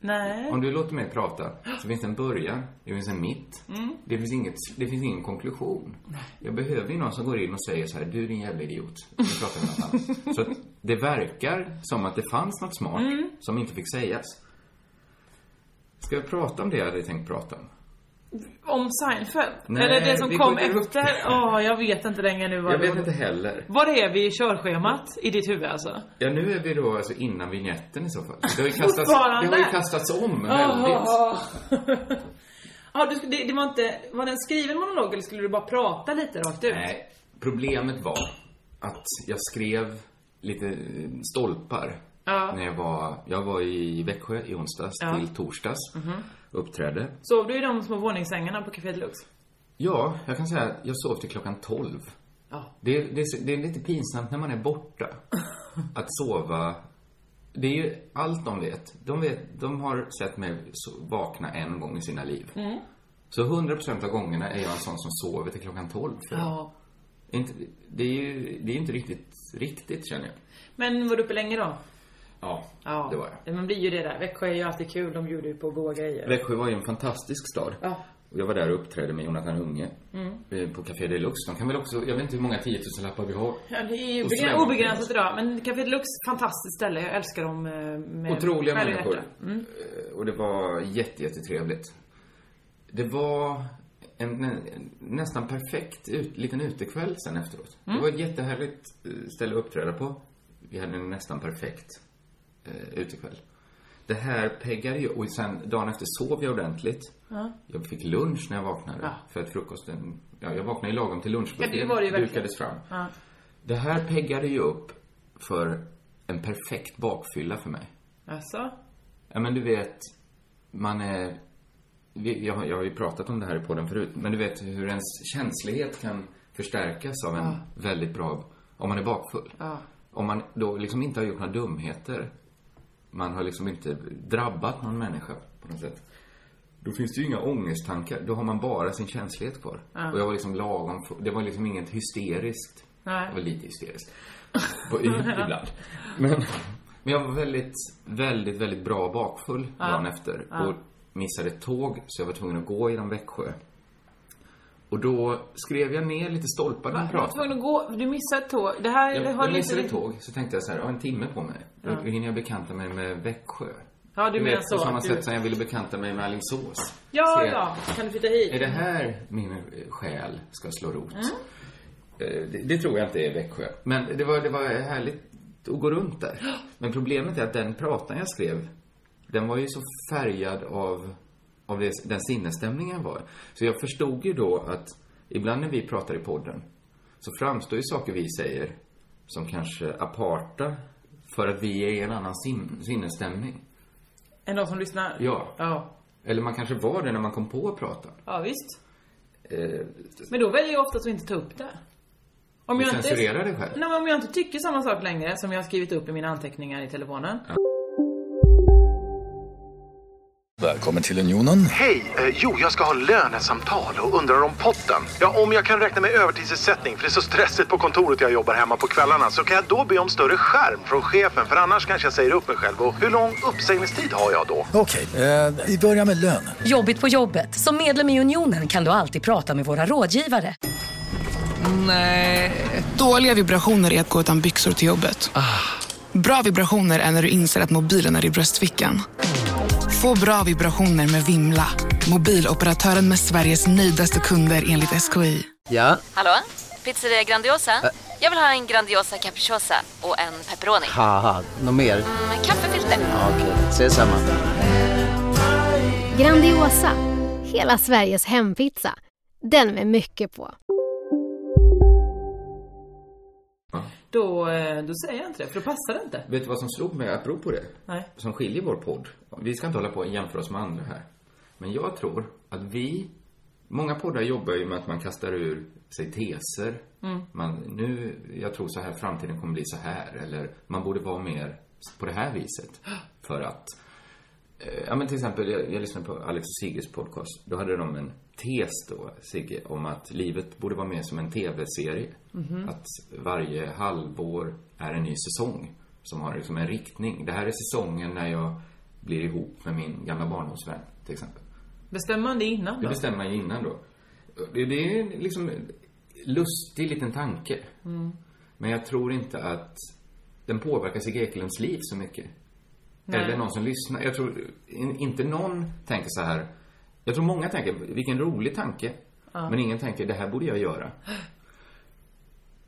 [SPEAKER 5] Nej.
[SPEAKER 6] Om du låter mig prata så finns det en början, det finns en mitt.
[SPEAKER 5] Mm.
[SPEAKER 6] Det, finns inget, det finns ingen konklusion. Jag behöver ju någon som går in och säger så här, du din jävla idiot. Nu pratar vi om något annat. Så att det verkar som att det fanns något smart
[SPEAKER 5] Mm.
[SPEAKER 6] som inte fick sägas. Ska jag prata om det jag hade tänkt prata om?
[SPEAKER 5] Om Seinfeld?
[SPEAKER 6] Nej,
[SPEAKER 5] Eller det som
[SPEAKER 6] vi
[SPEAKER 5] kom
[SPEAKER 6] går inte upp.
[SPEAKER 5] efter? Åh, jag vet inte längre nu vad
[SPEAKER 6] Jag
[SPEAKER 5] det
[SPEAKER 6] vet
[SPEAKER 5] var.
[SPEAKER 6] inte heller.
[SPEAKER 5] Var är vi i körschemat? I ditt huvud alltså?
[SPEAKER 6] Ja, nu är vi då alltså innan vignetten i så fall. Det har ju kastats,
[SPEAKER 5] Fortfarande?
[SPEAKER 6] det har ju kastats om väldigt.
[SPEAKER 5] Ja, du, det, det var inte... Var det en skriven monolog eller skulle du bara prata lite rakt ut?
[SPEAKER 6] Nej, Eh, problemet var att jag skrev lite eh, stolpar.
[SPEAKER 5] Ja.
[SPEAKER 6] När jag var, jag var i Växjö i onsdags
[SPEAKER 5] Ja. Mhm.
[SPEAKER 6] till torsdags. Uppträdde.
[SPEAKER 5] Sov du i de små våningssängarna på Café Deluxe?
[SPEAKER 6] Ja, jag kan säga att jag sov till klockan 12.
[SPEAKER 5] Ja.
[SPEAKER 6] Det, är- det, är så- det är lite pinsamt när man är borta. Att sova. Det är ju allt de vet. De, vet, de har sett mig so- vakna en gång i sina liv.
[SPEAKER 5] Mm.
[SPEAKER 6] Så 100% av gångerna är jag en sån som sover till klockan 12. tror jag.
[SPEAKER 5] Ja.
[SPEAKER 6] Inte, det är ju det är inte riktigt riktigt, känner jag.
[SPEAKER 5] Men var du uppe länge då?
[SPEAKER 6] Ja,
[SPEAKER 5] Ja.
[SPEAKER 6] det var jag.
[SPEAKER 5] Men blir ju det där. Växjö är ju alltid kul. De bjuder ju på goa grejer.
[SPEAKER 6] Växjö var ju en fantastisk stad.
[SPEAKER 5] Ja. Mm.
[SPEAKER 6] Och Jag var där och uppträdde med Jonathan Unge eh, på Café Deluxe. De kan väl också, jag vet inte hur många tiotusenlappar vi har.
[SPEAKER 5] Ja, det är ju
[SPEAKER 6] Och
[SPEAKER 5] begräns-
[SPEAKER 6] släng.
[SPEAKER 5] obegränsat idag. Men Café Deluxe, fantastiskt ställe. Jag älskar dem eh, med Mm.
[SPEAKER 6] Otroliga
[SPEAKER 5] själ och
[SPEAKER 6] människor.
[SPEAKER 5] hjärta.
[SPEAKER 6] Eh, Och det var jätte, jättetrevligt. Det var en, en nästan perfekt ut, liten utekväll sen efteråt.
[SPEAKER 5] Mm.
[SPEAKER 6] Det var ett jättehärligt eh, ställe att uppträda på. Vi hade en nästan perfekt eh, utekväll. Det här peggade ju och sen dagen efter sov jag ordentligt. Jag fick lunch när jag vaknade. För att frukosten, ja jag vaknade ju lagom till lunchbuffén.
[SPEAKER 5] Ja, det var det ju verkligen.
[SPEAKER 6] dukades fram. Det här peggade ju upp för en perfekt bakfylla för mig.
[SPEAKER 5] Alltså?
[SPEAKER 6] Ja, men du vet, man är... Vi, jag, har- jag har ju pratat om det här i podden förut, men du vet hur ens känslighet kan förstärkas av en väldigt bra... Om man är bakfull. Om man då liksom inte har gjort några dumheter. Man har liksom inte drabbat någon människa på något sätt. Då finns det ju inga ångesttankar. Då har man bara sin känslighet kvar. Och jag var liksom lagom... fu- Det var liksom inget hysteriskt.
[SPEAKER 5] Nej.
[SPEAKER 6] Det var lite hysteriskt. På- i- ibland. Men, men jag var väldigt, väldigt, väldigt bra bakfull dagen efter. Och missade ett tåg, så jag var tvungen att gå genom Växjö. Och då skrev jag ner lite stolpar när jag
[SPEAKER 5] Du var
[SPEAKER 6] pratade.
[SPEAKER 5] tvungen att gå. Du missade ett tåg. Det här
[SPEAKER 6] Jag,
[SPEAKER 5] har
[SPEAKER 6] jag missade
[SPEAKER 5] lite...
[SPEAKER 6] ett tåg, så tänkte jag så här, jag har en timme på mig. Då hinner jag bekanta mig med Växjö.
[SPEAKER 5] Ja, du
[SPEAKER 6] Du
[SPEAKER 5] menar
[SPEAKER 6] vet,
[SPEAKER 5] så.
[SPEAKER 6] på samma
[SPEAKER 5] att du...
[SPEAKER 6] sätt som jag ville bekanta mig med Alingsås.
[SPEAKER 5] Ja,
[SPEAKER 6] Så jag-
[SPEAKER 5] ja. Kan du flytta hit?
[SPEAKER 6] Är det här min eh, själ ska slå rot?
[SPEAKER 5] Mm.
[SPEAKER 6] Eh, Det, det tror jag inte är Växjö. Men det var, det var härligt att gå runt där. Men problemet är att den pratan jag skrev, den var ju så färgad av, av det, den sinnesstämningen jag var i. Så jag förstod ju då att ibland när vi pratar i podden så framstår ju saker vi säger som kanske aparta för att vi är i en annan sin, sinnesstämning.
[SPEAKER 5] Än de som lyssnar?
[SPEAKER 6] Ja.
[SPEAKER 5] Ja,
[SPEAKER 6] Eller man kanske var det när man kom på att prata.
[SPEAKER 5] ja visst.
[SPEAKER 6] Eh,
[SPEAKER 5] Men då väljer jag oftast att inte ta upp det. Om
[SPEAKER 6] Du censurerar dig själv?
[SPEAKER 5] Nej, men om jag inte tycker samma sak längre som jag har skrivit upp i mina anteckningar i telefonen.
[SPEAKER 8] Välkommen till Unionen.
[SPEAKER 9] Hej! Eh, jo, jag ska ha lönesamtal och undrar om potten. Ja, om jag kan räkna med övertidsersättning för det är så stressigt på kontoret jag jobbar hemma på kvällarna så kan jag då be om större skärm från chefen för annars kanske jag säger upp mig själv. Och hur lång uppsägningstid har jag då?
[SPEAKER 8] Okej, eh, vi börjar med lön.
[SPEAKER 10] Jobbigt på jobbet. Som medlem i Unionen kan du alltid prata med våra rådgivare.
[SPEAKER 11] Nej. Dåliga vibrationer är att gå utan byxor till jobbet. Bra vibrationer är när du inser att mobilen är i bröstfickan. Få bra vibrationer med Vimla. Mobiloperatören med Sveriges nöjdaste kunder enligt SKI.
[SPEAKER 12] Ja,
[SPEAKER 13] Hallå? Pizzeria Grandiosa? Jag vill ha en Grandiosa capriciosa och en pepperoni.
[SPEAKER 12] haha, något mer?
[SPEAKER 13] Med kaffefilter.
[SPEAKER 12] Ja, Okej, ses samma.
[SPEAKER 14] Grandiosa, hela Sveriges hempizza. Den med mycket på.
[SPEAKER 5] Då, eh, då säger jag inte det, för då passar det inte.
[SPEAKER 6] Vet du vad som slog mig, apropå det?
[SPEAKER 5] Nej.
[SPEAKER 6] Som skiljer vår podd. Vi ska inte hålla på och jämföra oss med andra här. Men jag tror att vi... Många poddar jobbar ju med att man kastar ur sig teser.
[SPEAKER 5] Mm.
[SPEAKER 6] Man, nu, jag tror så här, framtiden kommer bli så här. Eller man borde vara mer på det här viset. För att... eh, Ja men till exempel, jag, jag lyssnade på Alex och Sigges podcast. Då hade de en tes då, Sigge, om att livet borde vara mer som en tv-serie. Att varje halvår är en ny säsong som har liksom en riktning. Det här är säsongen när jag blir ihop med min gamla barndomsvän, till exempel.
[SPEAKER 5] Bestämmer man det innan
[SPEAKER 6] Det
[SPEAKER 5] då?
[SPEAKER 6] bestämmer man ju innan då. Det, det är liksom en lustig liten tanke.
[SPEAKER 5] Mm.
[SPEAKER 6] Men jag tror inte att den påverkar Sigge Ekelunds liv så mycket. Eller någon som lyssnar. Jag tror in- inte någon tänker så här. Jag tror många tänker, vilken rolig tanke. Men ingen tänker, det här borde jag göra.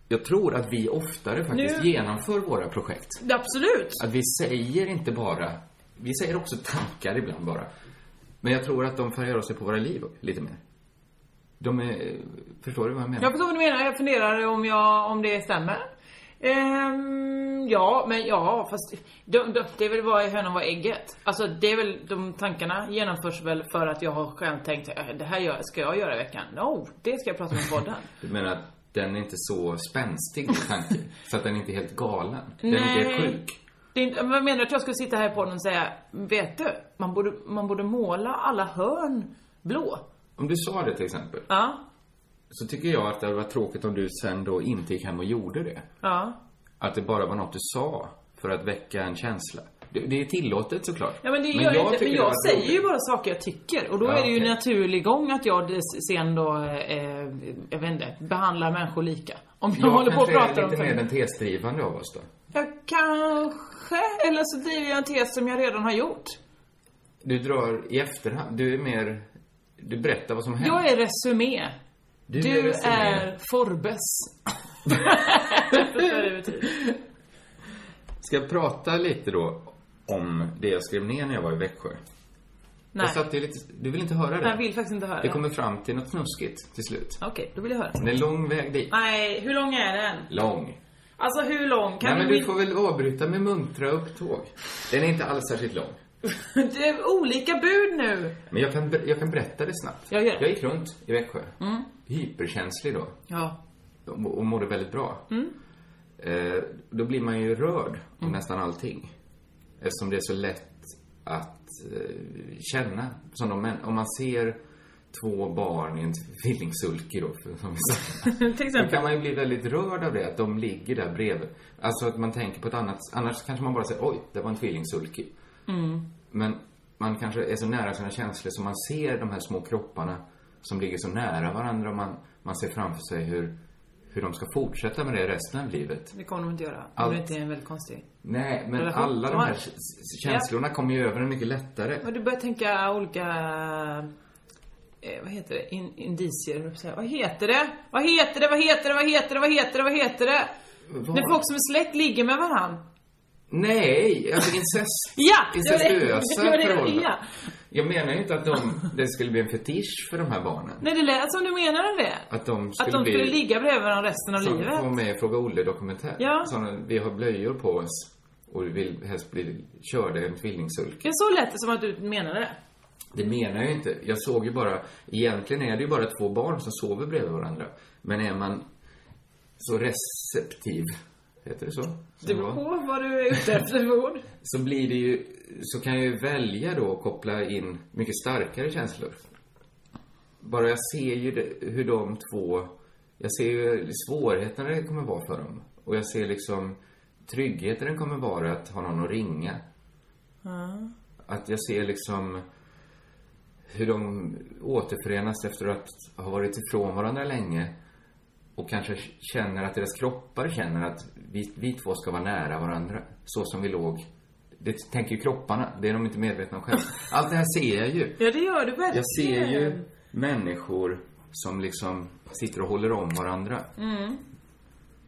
[SPEAKER 6] Jag tror att vi oftare faktiskt
[SPEAKER 5] Nu-
[SPEAKER 6] genomför våra projekt.
[SPEAKER 5] Absolut!
[SPEAKER 6] Att vi säger inte bara, vi säger också tankar ibland bara. Men jag tror att de färgar av sig på våra liv lite mer. De är, förstår du vad jag menar?
[SPEAKER 5] Jag förstår vad du menar, jag funderar om, jag, om det stämmer. Ehm, ja, men ja, fast de, de, det är väl vad hönan var ägget. Alltså det är väl, de tankarna genomförs väl för att jag har själv tänkt "Eh, det här gör, ska jag göra i veckan. No, det ska jag prata om i podden.
[SPEAKER 6] Du menar att den är inte så spänstig, den tanken. så att den inte är helt galen. Den är inte
[SPEAKER 5] Nej.
[SPEAKER 6] helt sjuk.
[SPEAKER 5] Det är, inte- vad menar du att jag skulle sitta här i podden och säga, vet du, man borde, man borde måla alla hörn blå.
[SPEAKER 6] Om du sa det till exempel,
[SPEAKER 5] Ja,
[SPEAKER 6] så tycker jag att det hade varit tråkigt om du sen då inte gick hem och gjorde det.
[SPEAKER 5] ja.
[SPEAKER 6] Att det bara var något du sa för att väcka en känsla. Det, det är tillåtet såklart.
[SPEAKER 5] Ja men det gör jag inte, men
[SPEAKER 6] tycker det
[SPEAKER 5] jag
[SPEAKER 6] var
[SPEAKER 5] säger
[SPEAKER 6] roligt.
[SPEAKER 5] ju bara saker jag tycker och då
[SPEAKER 6] Ja,
[SPEAKER 5] är det ju
[SPEAKER 6] okej.
[SPEAKER 5] naturlig gång att jag des- sen då, eh, jag vet inte, behandlar människor lika. Om jag
[SPEAKER 6] Jag
[SPEAKER 5] håller på och
[SPEAKER 6] kanske är
[SPEAKER 5] pratar om
[SPEAKER 6] lite mer
[SPEAKER 5] det.
[SPEAKER 6] den tesdrivande av oss då.
[SPEAKER 5] Jag kanske, eller så driver jag en tes som jag redan har gjort.
[SPEAKER 6] Du drar i efterhand. Du är mer... Du berättar vad som hänt.
[SPEAKER 5] Jag är resumé.
[SPEAKER 6] Du
[SPEAKER 5] Du,
[SPEAKER 6] är resumé.
[SPEAKER 5] är Forbes.
[SPEAKER 6] Ska jag prata lite då om det jag skrev ner när jag var i Växjö?
[SPEAKER 5] Nej,
[SPEAKER 6] Jag satt ju lite... Du vill inte höra det?
[SPEAKER 5] jag vill faktiskt inte höra.
[SPEAKER 6] Det kommer fram till något snuskigt till slut.
[SPEAKER 5] Okej, då vill jag höra.
[SPEAKER 6] Det är en lång väg dit.
[SPEAKER 5] Nej, hur lång är den?
[SPEAKER 6] Lång.
[SPEAKER 5] Alltså hur lång? Kan
[SPEAKER 6] Nej, men
[SPEAKER 5] du...
[SPEAKER 6] du får väl avbryta med muntra upptåg. Den är inte alls särskilt lång.
[SPEAKER 5] det är olika bud nu.
[SPEAKER 6] Men jag kan, jag kan berätta det snabbt.
[SPEAKER 5] Jag gör det. Mm.
[SPEAKER 6] jag gick runt i Växjö. Hyperkänslig då.
[SPEAKER 5] Ja.
[SPEAKER 6] och mådde väldigt bra. Eh, då blir man ju rörd om nästan allting. Eftersom det är så lätt att eh, känna. Som de, män- om man ser två barn i en tvillingsulky då, för, som vi sa.
[SPEAKER 5] Till
[SPEAKER 6] Då
[SPEAKER 5] exempel.
[SPEAKER 6] kan man ju bli väldigt rörd av det, att de ligger där bredvid. Alltså att man tänker på ett annat... Annars kanske man bara säger oj, det var en tvillingsulky.
[SPEAKER 5] Mm.
[SPEAKER 6] Men man kanske är så nära sina känslor så man ser de här små kropparna som ligger så nära varandra och man, man ser framför sig hur, hur de ska fortsätta med det resten av livet.
[SPEAKER 5] Det kommer de inte göra. Om
[SPEAKER 6] Allt.
[SPEAKER 5] det inte är en väldigt konstig.
[SPEAKER 6] Nej, men
[SPEAKER 5] Relation.
[SPEAKER 6] alla de här k- känslorna kommer ju över en mycket lättare.
[SPEAKER 5] Men du börjar tänka olika... Eh, vad heter det? In, indicier, höll jag på att säga. Vad heter det? Vad heter det? Vad heter det? Vad heter det? Vad heter det? Vad heter det?
[SPEAKER 6] Vad?
[SPEAKER 5] När folk som är släkt ligger med varann.
[SPEAKER 6] Nej, alltså incest.
[SPEAKER 5] Ja!
[SPEAKER 6] Incestuösa
[SPEAKER 5] det var det jag-
[SPEAKER 6] förhållanden.
[SPEAKER 5] ja.
[SPEAKER 6] Jag menar ju inte att de, det skulle bli en fetisch för de här barnen.
[SPEAKER 5] Nej, det lät som du menade det.
[SPEAKER 6] Att de skulle
[SPEAKER 5] Att de
[SPEAKER 6] bli...
[SPEAKER 5] skulle ligga bredvid varandra resten av
[SPEAKER 6] Som
[SPEAKER 5] livet.
[SPEAKER 6] var med i Fråga Olle-dokumentär.
[SPEAKER 5] Ja.
[SPEAKER 6] Sådana, vi har blöjor på oss och vi vill helst bli körda i en tvillingsulk.
[SPEAKER 5] Ja, så lät det som att du menade det.
[SPEAKER 6] Det menar jag inte. Jag såg ju bara, egentligen är det ju bara två barn som sover bredvid varandra. Men är man så receptiv Heter det så? Som
[SPEAKER 5] Det beror
[SPEAKER 6] var?
[SPEAKER 5] på vad du är ute efter för ord.
[SPEAKER 6] så blir det ju, så kan jag ju välja då att koppla in mycket starkare känslor. Bara jag ser ju det, hur de två, jag ser ju svårigheterna det kommer vara för dem. Och jag ser liksom tryggheten det kommer vara att ha någon att ringa.
[SPEAKER 5] Ja.
[SPEAKER 6] Att jag ser liksom hur de återförenas efter att ha varit ifrån varandra länge och kanske känner att deras kroppar känner att vi, vi två ska vara nära varandra, så som vi låg. Det tänker ju kropparna, det är de inte medvetna om själva. Allt det här ser jag ju.
[SPEAKER 5] Ja, det gör du verkligen.
[SPEAKER 6] Jag ser ju människor som liksom sitter och håller om varandra.
[SPEAKER 5] Mm.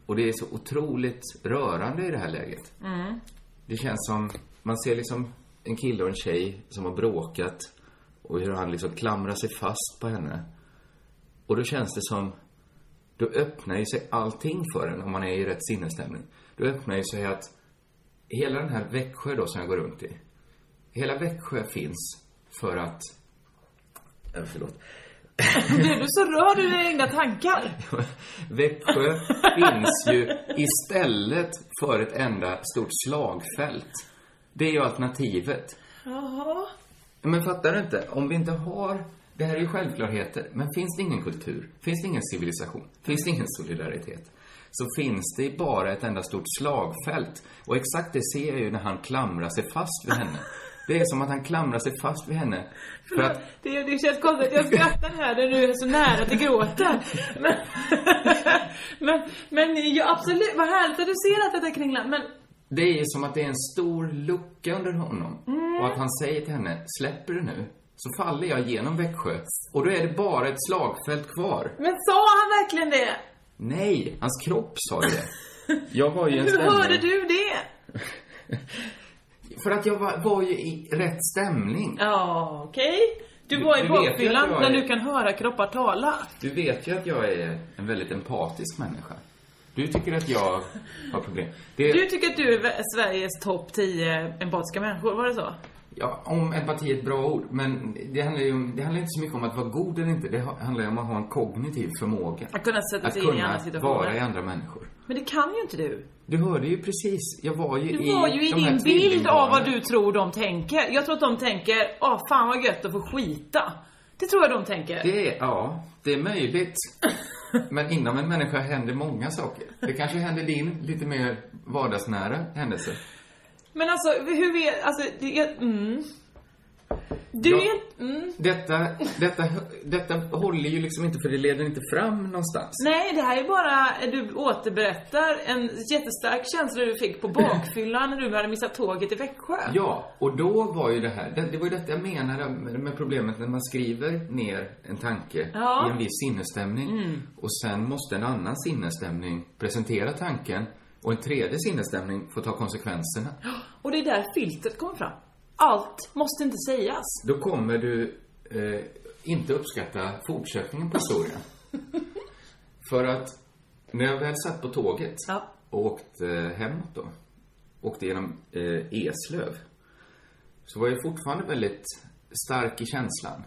[SPEAKER 6] Och det är så otroligt rörande i det här läget.
[SPEAKER 5] Mm.
[SPEAKER 6] Det känns som, man ser liksom en kille och en tjej som har bråkat och hur han liksom klamrar sig fast på henne. Och då känns det som, då öppnar ju sig allting för en om man är i rätt sinnesstämning. Då öppnar ju sig att hela den här Växjö då som jag går runt i. Hela Växjö finns för att, äh, förlåt.
[SPEAKER 5] Blev du så rörd i dina egna tankar?
[SPEAKER 6] Växjö finns ju istället för ett enda stort slagfält. Det är ju alternativet.
[SPEAKER 5] Jaha.
[SPEAKER 6] Men fattar du inte? Om vi inte har... Det här är ju självklarheter. Men finns det ingen kultur, finns det ingen civilisation, finns det ingen solidaritet, så finns det bara ett enda stort slagfält. Och exakt det ser jag ju när han klamrar sig fast vid henne. Det är som att han klamrar sig fast vid henne. För att
[SPEAKER 5] Det, det känns konstigt att jag skrattar här när du är så nära till gråten. Men, men, men ja, absolut, vad härligt att du ser att detta kringlar. Men
[SPEAKER 6] det är ju som att det är en stor lucka under honom. Och att han säger till henne, släpper du nu, så faller jag genom Växjö. Och då är det bara ett slagfält kvar.
[SPEAKER 5] Men sa han verkligen det?
[SPEAKER 6] Nej, hans kropp sa det. Jag var ju i en
[SPEAKER 5] Hur
[SPEAKER 6] stämning...
[SPEAKER 5] hörde du det?
[SPEAKER 6] För att jag var, var ju i rätt stämning.
[SPEAKER 5] Ja, okej. Du var i
[SPEAKER 6] Du vet ju att
[SPEAKER 5] bakfyllan
[SPEAKER 6] jag
[SPEAKER 5] när
[SPEAKER 6] är-
[SPEAKER 5] du kan höra kroppar tala.
[SPEAKER 6] Du vet ju att jag är en väldigt empatisk människa. Du tycker att jag har problem. Det,
[SPEAKER 5] Du tycker att du är vä- Sveriges topp 10 empatiska människor, var det så?
[SPEAKER 6] ja, om empati är ett bra ord, men det handlar ju om, det handlar inte så mycket om att vara god eller inte. Det ha- handlar ju om att ha en kognitiv förmåga.
[SPEAKER 5] Att kunna sätta
[SPEAKER 6] Att
[SPEAKER 5] sig in i andra
[SPEAKER 6] kunna vara i
[SPEAKER 5] situationer.
[SPEAKER 6] andra människor.
[SPEAKER 5] Men det kan ju inte du.
[SPEAKER 6] Du hörde ju precis, jag var ju
[SPEAKER 5] Du
[SPEAKER 6] i
[SPEAKER 5] var ju i
[SPEAKER 6] de här
[SPEAKER 5] din bild av vad
[SPEAKER 6] tvillingbarnen.
[SPEAKER 5] du tror de tänker. Jag tror att de tänker, ah fan vad gött att få skita. Det tror jag de tänker.
[SPEAKER 6] Det är, ja, det är möjligt. Men inom en människa händer många saker. Det kanske händer din lite mer vardagsnära händelse.
[SPEAKER 5] Men alltså, hur vet, alltså, det är, mm. Du
[SPEAKER 6] Jag-
[SPEAKER 5] är inte, mm.
[SPEAKER 6] Detta, detta, detta håller ju liksom inte för det leder inte fram någonstans.
[SPEAKER 5] Nej, det här är bara, du återberättar en jättestark känsla du fick på bakfyllan när du hade missat tåget i Växjö.
[SPEAKER 6] Ja, och då var ju det här, det, det var ju detta jag menade med, med problemet när man skriver ner en tanke
[SPEAKER 5] Ja.
[SPEAKER 6] i en viss sinnesstämning
[SPEAKER 5] Mm.
[SPEAKER 6] och sen måste en annan sinnesstämning presentera tanken och en tredje sinnesstämning får ta konsekvenserna.
[SPEAKER 5] Och det är där filtret kommer fram. Allt måste inte sägas.
[SPEAKER 6] Då kommer du eh, inte uppskatta fortsättningen på historien. För att när jag väl satt på tåget och åkte hemåt då, åkte genom eh, Eslöv, så var jag fortfarande väldigt stark i känslan.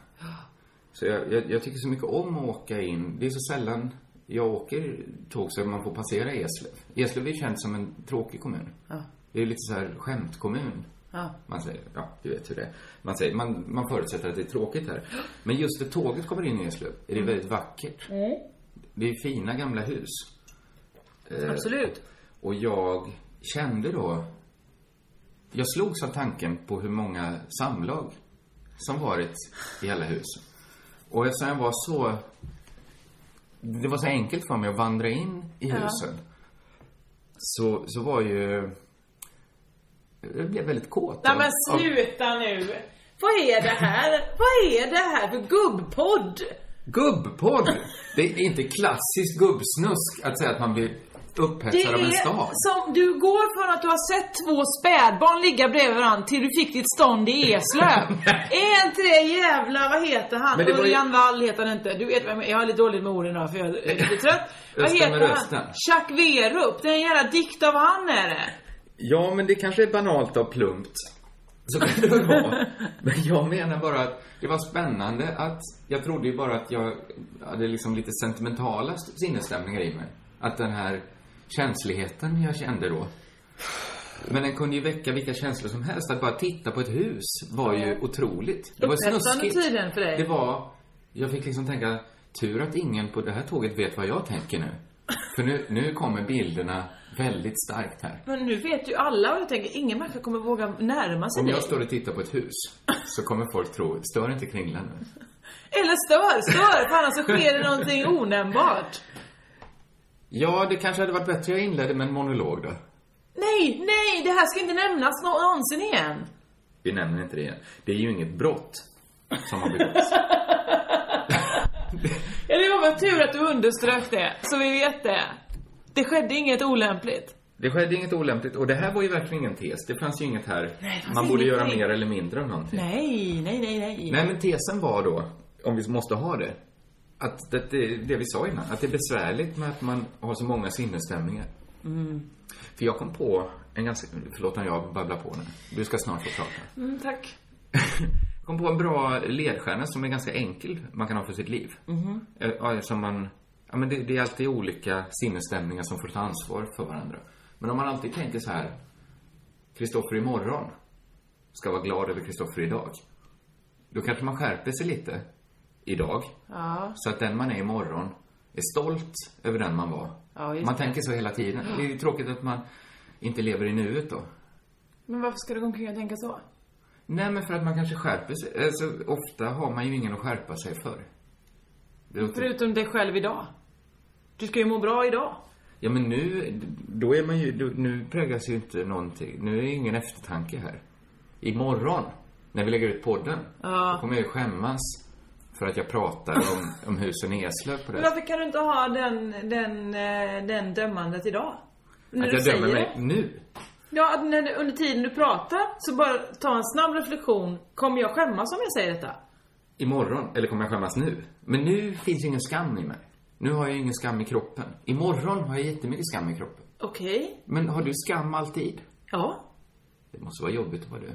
[SPEAKER 6] Så jag, jag, jag tycker så mycket om att åka in. Det är så sällan jag åker tåg så man får passera Eslöv. Eslöv är känt som en tråkig kommun.
[SPEAKER 5] Ja.
[SPEAKER 6] Det är lite så här skämtkommun.
[SPEAKER 5] Ja.
[SPEAKER 6] Man säger, ja, du vet hur det är. Man, säger, man, man förutsätter att det är tråkigt här. Men just när tåget kommer in i Eslöv är det
[SPEAKER 5] Mm.
[SPEAKER 6] väldigt vackert. Det är fina gamla hus. Eh,
[SPEAKER 5] Absolut.
[SPEAKER 6] Och jag kände då... Jag slogs av tanken på hur många samlag som varit i alla hus. Och eftersom jag var så... Det var så enkelt för mig att vandra in i
[SPEAKER 5] Ja.
[SPEAKER 6] husen. Så, så var ju... Jag blev väldigt kåt.
[SPEAKER 5] Nej
[SPEAKER 6] av-
[SPEAKER 5] men
[SPEAKER 6] av-
[SPEAKER 5] sluta nu. Vad är det här? Vad är det här för gubbpodd?
[SPEAKER 6] Gubbpodd! Det är inte klassisk gubbsnusk att säga att man blir
[SPEAKER 5] Det
[SPEAKER 6] upphetsad av en
[SPEAKER 5] är
[SPEAKER 6] stad.
[SPEAKER 5] som, du går från att du har sett två spädbarn ligga bredvid varandra till du fick ditt stånd i Eslöv. är inte det jävla, vad heter han?
[SPEAKER 6] Men det var ju-
[SPEAKER 5] Örjan Wall heter han inte. Du vet vem, jag har lite dåligt med orden idag för jag är lite trött. vad
[SPEAKER 6] Östen med
[SPEAKER 5] heter
[SPEAKER 6] rösten.
[SPEAKER 5] han? Chuck Werup. Det är en jävla dikt av han är det.
[SPEAKER 6] Ja, men det kanske är banalt och plumpt. Så kan det väl vara. Men jag menar bara att det var spännande att... Jag trodde ju bara att jag hade liksom lite sentimentala st- sinnesstämningar i mig. Att den här känsligheten jag kände då. Men den kunde ju väcka vilka känslor som helst. Att bara titta på ett hus var ju otroligt. Det var
[SPEAKER 5] Upphetsande
[SPEAKER 6] snuskigt.
[SPEAKER 5] tydligen för dig.
[SPEAKER 6] Det var... Jag fick liksom tänka, tur att ingen på det här tåget vet vad jag tänker nu. För nu, nu kommer bilderna väldigt starkt här.
[SPEAKER 5] Men nu vet ju alla och jag tänker, ingen människa kommer våga närma sig
[SPEAKER 6] Om
[SPEAKER 5] dig.
[SPEAKER 6] jag står och tittar på ett hus så kommer folk tro, stör inte Kringla nu?
[SPEAKER 5] Eller stör, stör! För annars så sker det någonting onämnbart.
[SPEAKER 6] Ja, det kanske hade varit bättre jag inledde med en monolog då.
[SPEAKER 5] Nej, nej, det här ska inte nämnas nå- någonsin igen.
[SPEAKER 6] Vi nämner inte det igen. Det är ju inget brott som har begåtts.
[SPEAKER 5] Ja, det var väl tur att du underströk det, så vi vet det. Det skedde inget olämpligt.
[SPEAKER 6] Det skedde inget olämpligt och det här var ju verkligen ingen tes. Det fanns ju inget här.
[SPEAKER 5] Nej, det fanns
[SPEAKER 6] Man borde göra
[SPEAKER 5] ingenting.
[SPEAKER 6] mer eller mindre av någonting.
[SPEAKER 5] Nej, nej, nej, nej.
[SPEAKER 6] Nej, men tesen var då, om vi måste ha det, att det, det, det vi sa innan, att det är besvärligt med att man har så många sinnesstämningar.
[SPEAKER 5] Mm.
[SPEAKER 6] För jag kom på en ganska, förlåt om jag babblar på nu. Du ska snart få prata.
[SPEAKER 5] Mm, tack.
[SPEAKER 6] Jag kom på en bra ledstjärna som är ganska enkel man kan ha för sitt liv.
[SPEAKER 5] Mhm.
[SPEAKER 6] Eh, ja, Som man, ja, men det, det är alltid olika sinnesstämningar som får ta ansvar för varandra. Men om man alltid tänker så här, Kristoffer imorgon ska vara glad över Kristoffer idag. Då kanske man skärper sig lite idag.
[SPEAKER 5] Ja.
[SPEAKER 6] Så att den man är imorgon är stolt över den man var.
[SPEAKER 5] Ja, just
[SPEAKER 6] man
[SPEAKER 5] det.
[SPEAKER 6] tänker så hela tiden. Det är ju tråkigt att man inte lever i nuet då.
[SPEAKER 5] Men varför ska du gå omkring och tänka så?
[SPEAKER 6] Nej, men för att man kanske skärper sig. Alltså, ofta har man ju ingen att skärpa sig för. Det låter-
[SPEAKER 5] Förutom dig själv idag. Du ska ju må bra idag.
[SPEAKER 6] Ja, men nu, då är man ju, då, nu präglas ju inte någonting. Nu är det ingen eftertanke här. Imorgon, när vi lägger ut podden,
[SPEAKER 5] Ja.
[SPEAKER 6] då kommer jag ju skämmas för att jag pratar om, om husen i Eslöv på det
[SPEAKER 5] Men varför kan du inte ha den, den, eh, den dömandet idag? När
[SPEAKER 6] Att
[SPEAKER 5] du
[SPEAKER 6] jag
[SPEAKER 5] säger
[SPEAKER 6] dömer mig
[SPEAKER 5] det.
[SPEAKER 6] nu.
[SPEAKER 5] Ja, att när du, under tiden du pratar så bara ta en snabb reflektion. Kommer jag skämmas om jag säger detta?
[SPEAKER 6] Imorgon, eller kommer jag skämmas nu? Men nu finns ju ingen skam i mig. Nu har jag ingen skam i kroppen. Imorgon har jag jättemycket skam i kroppen.
[SPEAKER 5] Okej.
[SPEAKER 6] Men har du skam alltid?
[SPEAKER 5] Ja.
[SPEAKER 6] Det måste vara jobbigt att vara du.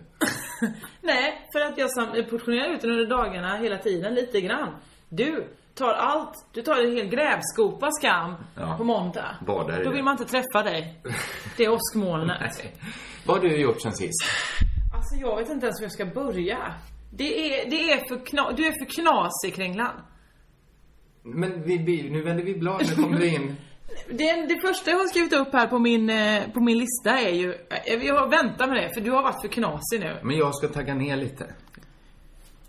[SPEAKER 5] Nej, för att jag sam- portionerar ut den under dagarna hela tiden, lite grann. Du tar allt. Du tar en hel grävskopa skam
[SPEAKER 6] Ja.
[SPEAKER 5] på måndag.
[SPEAKER 6] Badar i
[SPEAKER 5] Då vill
[SPEAKER 6] det.
[SPEAKER 5] man inte träffa dig. Det är åskmolnet.
[SPEAKER 6] Vad har du gjort sen sist?
[SPEAKER 5] Alltså jag vet inte ens hur jag ska börja. Det är, det är för kna- du är för knasig Kringlan.
[SPEAKER 6] Men vi, vi, nu vänder vi blad, nu kommer vi in.
[SPEAKER 5] Det, det första jag har skrivit upp här på min, eh, på min lista är ju, eh, jag väntar med det för du har varit för knasig nu.
[SPEAKER 6] Men jag ska tagga ner lite.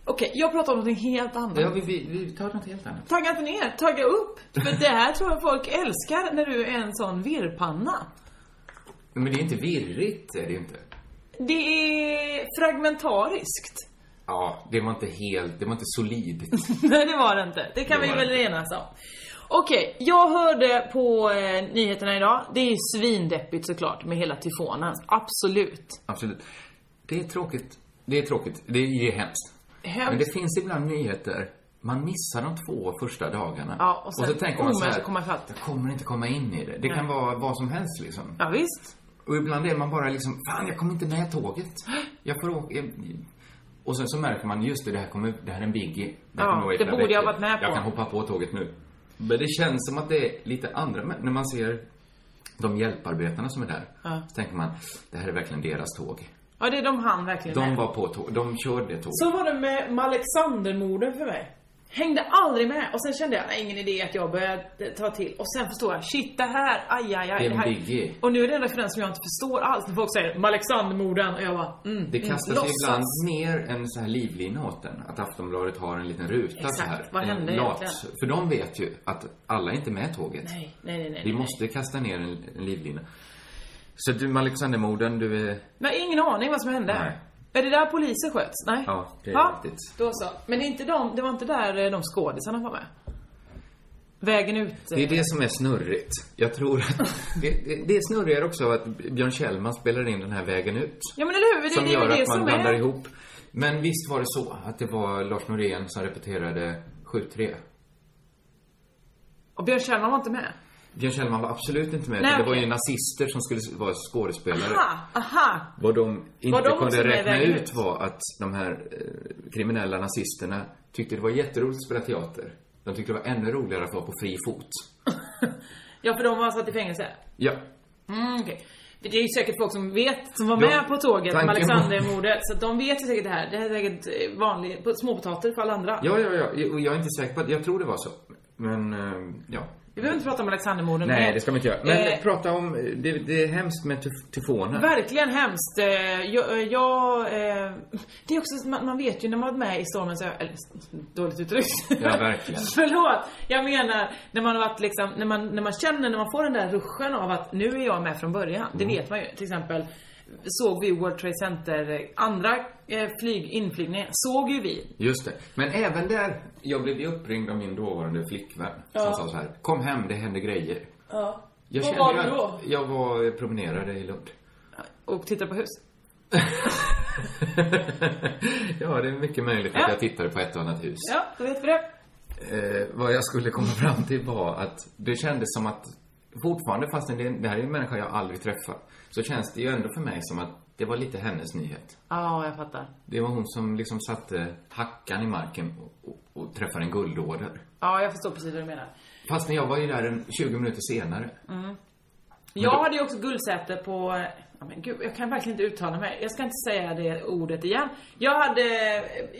[SPEAKER 5] Okej, jag pratar om någonting helt annat.
[SPEAKER 6] Ja, vi, vi, vi tar något helt annat.
[SPEAKER 5] Tagga inte ner, tagga upp. För det här tror jag folk älskar när du är en sån virrpanna.
[SPEAKER 6] Men det är inte virrigt, är det ju inte.
[SPEAKER 5] Det är fragmentariskt.
[SPEAKER 6] Ja, det var inte helt, det var inte solidigt.
[SPEAKER 5] Nej, det var det inte. Det kan
[SPEAKER 6] Det
[SPEAKER 5] vi
[SPEAKER 6] var
[SPEAKER 5] väl
[SPEAKER 6] det
[SPEAKER 5] enas om. Okej, jag hörde på eh, nyheterna idag. Det är ju svindeppigt såklart med hela tyfonen. Absolut.
[SPEAKER 6] Absolut. Det är tråkigt. Det är tråkigt. Det är hemskt.
[SPEAKER 5] Hemskt.
[SPEAKER 6] Men det finns ibland nyheter. Man missar de två första dagarna.
[SPEAKER 5] Ja, och sen
[SPEAKER 6] tänker man så
[SPEAKER 5] omöjligt
[SPEAKER 6] här,
[SPEAKER 5] att komma ifatt.
[SPEAKER 6] jag kommer inte komma in i det. Det kan
[SPEAKER 5] Nej.
[SPEAKER 6] vara vad som helst liksom.
[SPEAKER 5] Ja, visst.
[SPEAKER 6] Och ibland är man bara liksom, fan jag kommer inte med tåget. Jag får åka... jag- Och sen så märker man, just det, det här, kommer, det här är en biggie. Det, här
[SPEAKER 5] Ja,
[SPEAKER 6] kommer vara i
[SPEAKER 5] det
[SPEAKER 6] flera
[SPEAKER 5] borde jag
[SPEAKER 6] veckor.
[SPEAKER 5] varit med på.
[SPEAKER 6] Jag kan hoppa på tåget nu. Men det känns som att det är lite andra män- När man ser de hjälparbetarna som är där.
[SPEAKER 5] Ja.
[SPEAKER 6] Så tänker man, det här är verkligen deras tåg.
[SPEAKER 5] Ja, det är de han verkligen
[SPEAKER 6] De
[SPEAKER 5] med.
[SPEAKER 6] var på tåg, de körde tåg.
[SPEAKER 5] Så var det med med Alexandermorden för mig. Hängde aldrig med och sen kände jag, nej, ingen idé att jag började ta till. Och sen förstår jag, shit det här, aj, aj, aj.
[SPEAKER 6] Det är en
[SPEAKER 5] här.
[SPEAKER 6] biggie.
[SPEAKER 5] Och nu är det en referens som jag inte förstår alls. När folk säger Alexandermorden och jag bara, mm,
[SPEAKER 6] Det
[SPEAKER 5] mm,
[SPEAKER 6] kastas ju
[SPEAKER 5] låtsas.
[SPEAKER 6] ibland ner en så här livlina åt den. Att Aftonbladet har en liten ruta så
[SPEAKER 5] Exakt.
[SPEAKER 6] här.
[SPEAKER 5] Vad
[SPEAKER 6] En
[SPEAKER 5] hände
[SPEAKER 6] lat-
[SPEAKER 5] egentligen?
[SPEAKER 6] För de vet ju att alla är inte med tåget.
[SPEAKER 5] Nej, nej, nej, nej.
[SPEAKER 6] Vi
[SPEAKER 5] nej.
[SPEAKER 6] måste kasta ner en, en livlina. Så du med Alexandermorden, du är...
[SPEAKER 5] Nej, ingen aning vad som hände.
[SPEAKER 6] Nej.
[SPEAKER 5] Är det där polisen sköts? Nej.
[SPEAKER 6] Ja, det är
[SPEAKER 5] Ha?
[SPEAKER 6] riktigt.
[SPEAKER 5] Då så. Men det, är inte de, det var inte där eh, de skådisarna var med? Vägen ut? eh.
[SPEAKER 6] Det är det som är snurrigt. Jag tror att... Det, det, det är snurrigare också att Björn Kjellman spelar in den här vägen ut.
[SPEAKER 5] Ja men eller hur? Det,
[SPEAKER 6] som
[SPEAKER 5] det är
[SPEAKER 6] gör
[SPEAKER 5] väl det
[SPEAKER 6] att man
[SPEAKER 5] som
[SPEAKER 6] blandar
[SPEAKER 5] är...
[SPEAKER 6] ihop. Men visst var det så att det var Lars Norén som repeterade 7-3.
[SPEAKER 5] Och Björn Kjellman var inte med?
[SPEAKER 6] Björn Kjellman var absolut inte med.
[SPEAKER 5] Nej,
[SPEAKER 6] utan Det var
[SPEAKER 5] okej.
[SPEAKER 6] ju nazister som skulle vara skådespelare.
[SPEAKER 5] Aha, aha.
[SPEAKER 6] Vad de inte
[SPEAKER 5] Var de också
[SPEAKER 6] kunde
[SPEAKER 5] med i
[SPEAKER 6] räkna
[SPEAKER 5] Vägen
[SPEAKER 6] ut
[SPEAKER 5] ut?
[SPEAKER 6] var att de här eh, kriminella nazisterna tyckte det var jätteroligt att spela teater. De tyckte det var ännu roligare att vara på fri fot.
[SPEAKER 5] Ja, för de har satt i fängelse?
[SPEAKER 6] Ja.
[SPEAKER 5] Mm, okej. Det är ju säkert folk som vet, som var med
[SPEAKER 6] Ja,
[SPEAKER 5] på tåget med
[SPEAKER 6] tanken var-
[SPEAKER 5] Alexandermordet. Så att de vet ju säkert det här. Det här är säkert eh, vanlig, på- småpotatis för alla andra.
[SPEAKER 6] Ja, ja, ja. Och jag är inte säker på att... Jag tror det var så. Men, eh, ja.
[SPEAKER 5] Vi behöver inte prata om Alexandermorden
[SPEAKER 6] Nej,
[SPEAKER 5] mer.
[SPEAKER 6] det ska man inte göra. Men
[SPEAKER 5] Eh,
[SPEAKER 6] prata om... Det, det är hemskt med tyf- tyfoner.
[SPEAKER 5] Verkligen hemskt. Eh, Jag, eh, jag, eh, det är också, så att man, man vet ju när man var med i stormens ö- eller dåligt uttryckt.
[SPEAKER 6] Ja, verkligen.
[SPEAKER 5] Förlåt. Jag menar, när man har varit liksom, när man, när man känner, när man får den där ruschen av att nu är jag med från början. Det
[SPEAKER 6] Mm.
[SPEAKER 5] vet man ju. Till exempel såg vi World Trade Center, eh, andra eh, flyg, inflygningar, såg ju vi.
[SPEAKER 6] Just det. Men även där, jag blev ju uppringd av min dåvarande flickvän
[SPEAKER 5] Ja.
[SPEAKER 6] som sa så här, kom hem, det händer grejer.
[SPEAKER 5] Ja.
[SPEAKER 6] Jag
[SPEAKER 5] Vad
[SPEAKER 6] kände
[SPEAKER 5] var du
[SPEAKER 6] ju att-
[SPEAKER 5] då?
[SPEAKER 6] Jag var eh, promenerade i Lund.
[SPEAKER 5] Och tittade på hus.
[SPEAKER 6] Ja, det är mycket möjligt att
[SPEAKER 5] Ja.
[SPEAKER 6] jag tittade på ett och annat hus.
[SPEAKER 5] Ja, då vet vi det.
[SPEAKER 6] Eh, vad jag skulle komma fram till var att det kändes som att fortfarande, fastän det, det här är en människa jag aldrig träffat, så känns det ju ändå för mig som att det var lite hennes nyhet.
[SPEAKER 5] Ja, jag fattar.
[SPEAKER 6] Det var hon som liksom satte hackan i marken och, och, och träffade en guldåder.
[SPEAKER 5] Ja, jag förstår precis vad du menar.
[SPEAKER 6] Fastän jag var ju där en 20 minuter senare.
[SPEAKER 5] Mm.
[SPEAKER 6] Men
[SPEAKER 5] Jag
[SPEAKER 6] då-
[SPEAKER 5] hade ju också guldsäte på... Ja, men gud, jag kan verkligen inte uttala mig. Jag ska inte säga det ordet igen. Jag hade...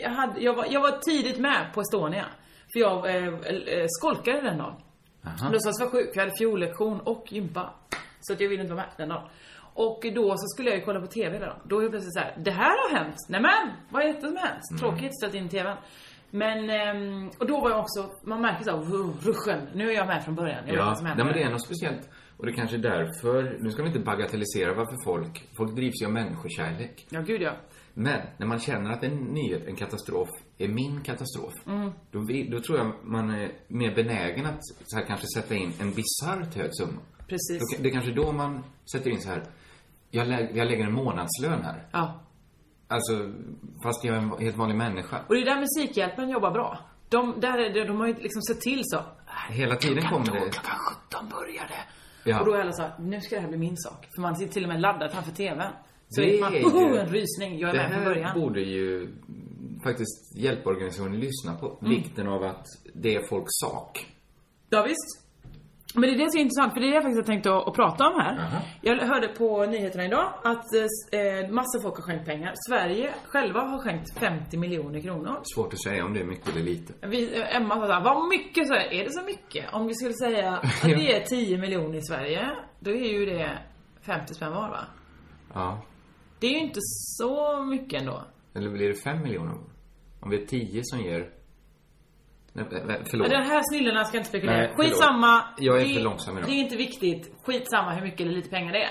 [SPEAKER 5] Jag, hade, jag, var, jag var tidigt med på Estonia. För jag eh, eh, skolkade den dagen.
[SPEAKER 6] Aha.
[SPEAKER 5] Aha. Låtsas vara sjuk. Jag hade fiollektion och gympa. Så att jag ville inte vara med den dagen. Och då så skulle jag ju kolla på TV hela dagen. Då är det plötsligt så här, det här har hänt. Nämen, vad är detta som har hänt?
[SPEAKER 15] Mm.
[SPEAKER 5] Tråkigt, ställt in TVn. Men, ehm, och då var jag också, man märker så här, "Wuh, ruschen. Nu är jag med från början. Jag vet
[SPEAKER 6] Ja,
[SPEAKER 5] vad som
[SPEAKER 6] nej,
[SPEAKER 5] händer.
[SPEAKER 6] men det är något speciellt. Och det kanske är därför, nu ska vi inte bagatellisera varför folk, folk drivs ju av människokärlek.
[SPEAKER 5] Ja, gud ja.
[SPEAKER 6] Men när man känner att en nyhet, en katastrof, är min katastrof,
[SPEAKER 5] Mm.
[SPEAKER 6] då, vi- då tror jag man är mer benägen att så här, kanske sätta in en bisarrt hög summa.
[SPEAKER 5] Precis.
[SPEAKER 6] Då, det är kanske då man sätter in så här, jag, lä- jag lägger en månadslön här.
[SPEAKER 5] Ja.
[SPEAKER 6] Alltså, fast jag är en helt vanlig människa.
[SPEAKER 5] Och det är där Musikhjälpen jobbar bra. De, där är det, de har ju liksom sett till så.
[SPEAKER 6] Hela tiden
[SPEAKER 5] Klockan
[SPEAKER 6] kommer det...
[SPEAKER 5] tolv, Klockan 17 började.
[SPEAKER 6] Ja.
[SPEAKER 5] Och då är alla så här, nu ska det här bli min sak. För man sitter till och med laddad framför TVn. Så
[SPEAKER 6] Det
[SPEAKER 5] det man,
[SPEAKER 6] är ju-
[SPEAKER 5] oh, en rysning. Jag är
[SPEAKER 6] det
[SPEAKER 5] med från
[SPEAKER 6] här
[SPEAKER 5] början.
[SPEAKER 6] borde ju faktiskt hjälporganisationen lyssna på.
[SPEAKER 5] Mm.
[SPEAKER 6] Vikten av att det är folks sak.
[SPEAKER 5] Ja, visst. Men det är det som är intressant, för det är det jag faktiskt har tänkt att, att prata om här. Jag hörde på nyheterna idag att eh, s- eh, massa folk har skänkt pengar. Sverige själva har skänkt 50 miljoner kronor.
[SPEAKER 6] Svårt att säga om det är mycket eller lite.
[SPEAKER 5] Vi, eh, Emma sa såhär, vad mycket så är det så mycket? Om vi skulle säga att det är 10 miljoner i Sverige, då är ju det 50 spänn var va?
[SPEAKER 6] Ja.
[SPEAKER 5] Det är ju inte så mycket ändå.
[SPEAKER 6] Eller blir det fem miljoner? Om vi är tio som ger... Nej, vä- vä- förlåt.
[SPEAKER 5] Men den här snillena ska inte spekulera.
[SPEAKER 6] Nej, förlåt.
[SPEAKER 5] Skitsamma.
[SPEAKER 6] Jag är
[SPEAKER 5] det,
[SPEAKER 6] för långsam idag.
[SPEAKER 5] Det är inte viktigt. Skitsamma hur mycket eller lite pengar det är.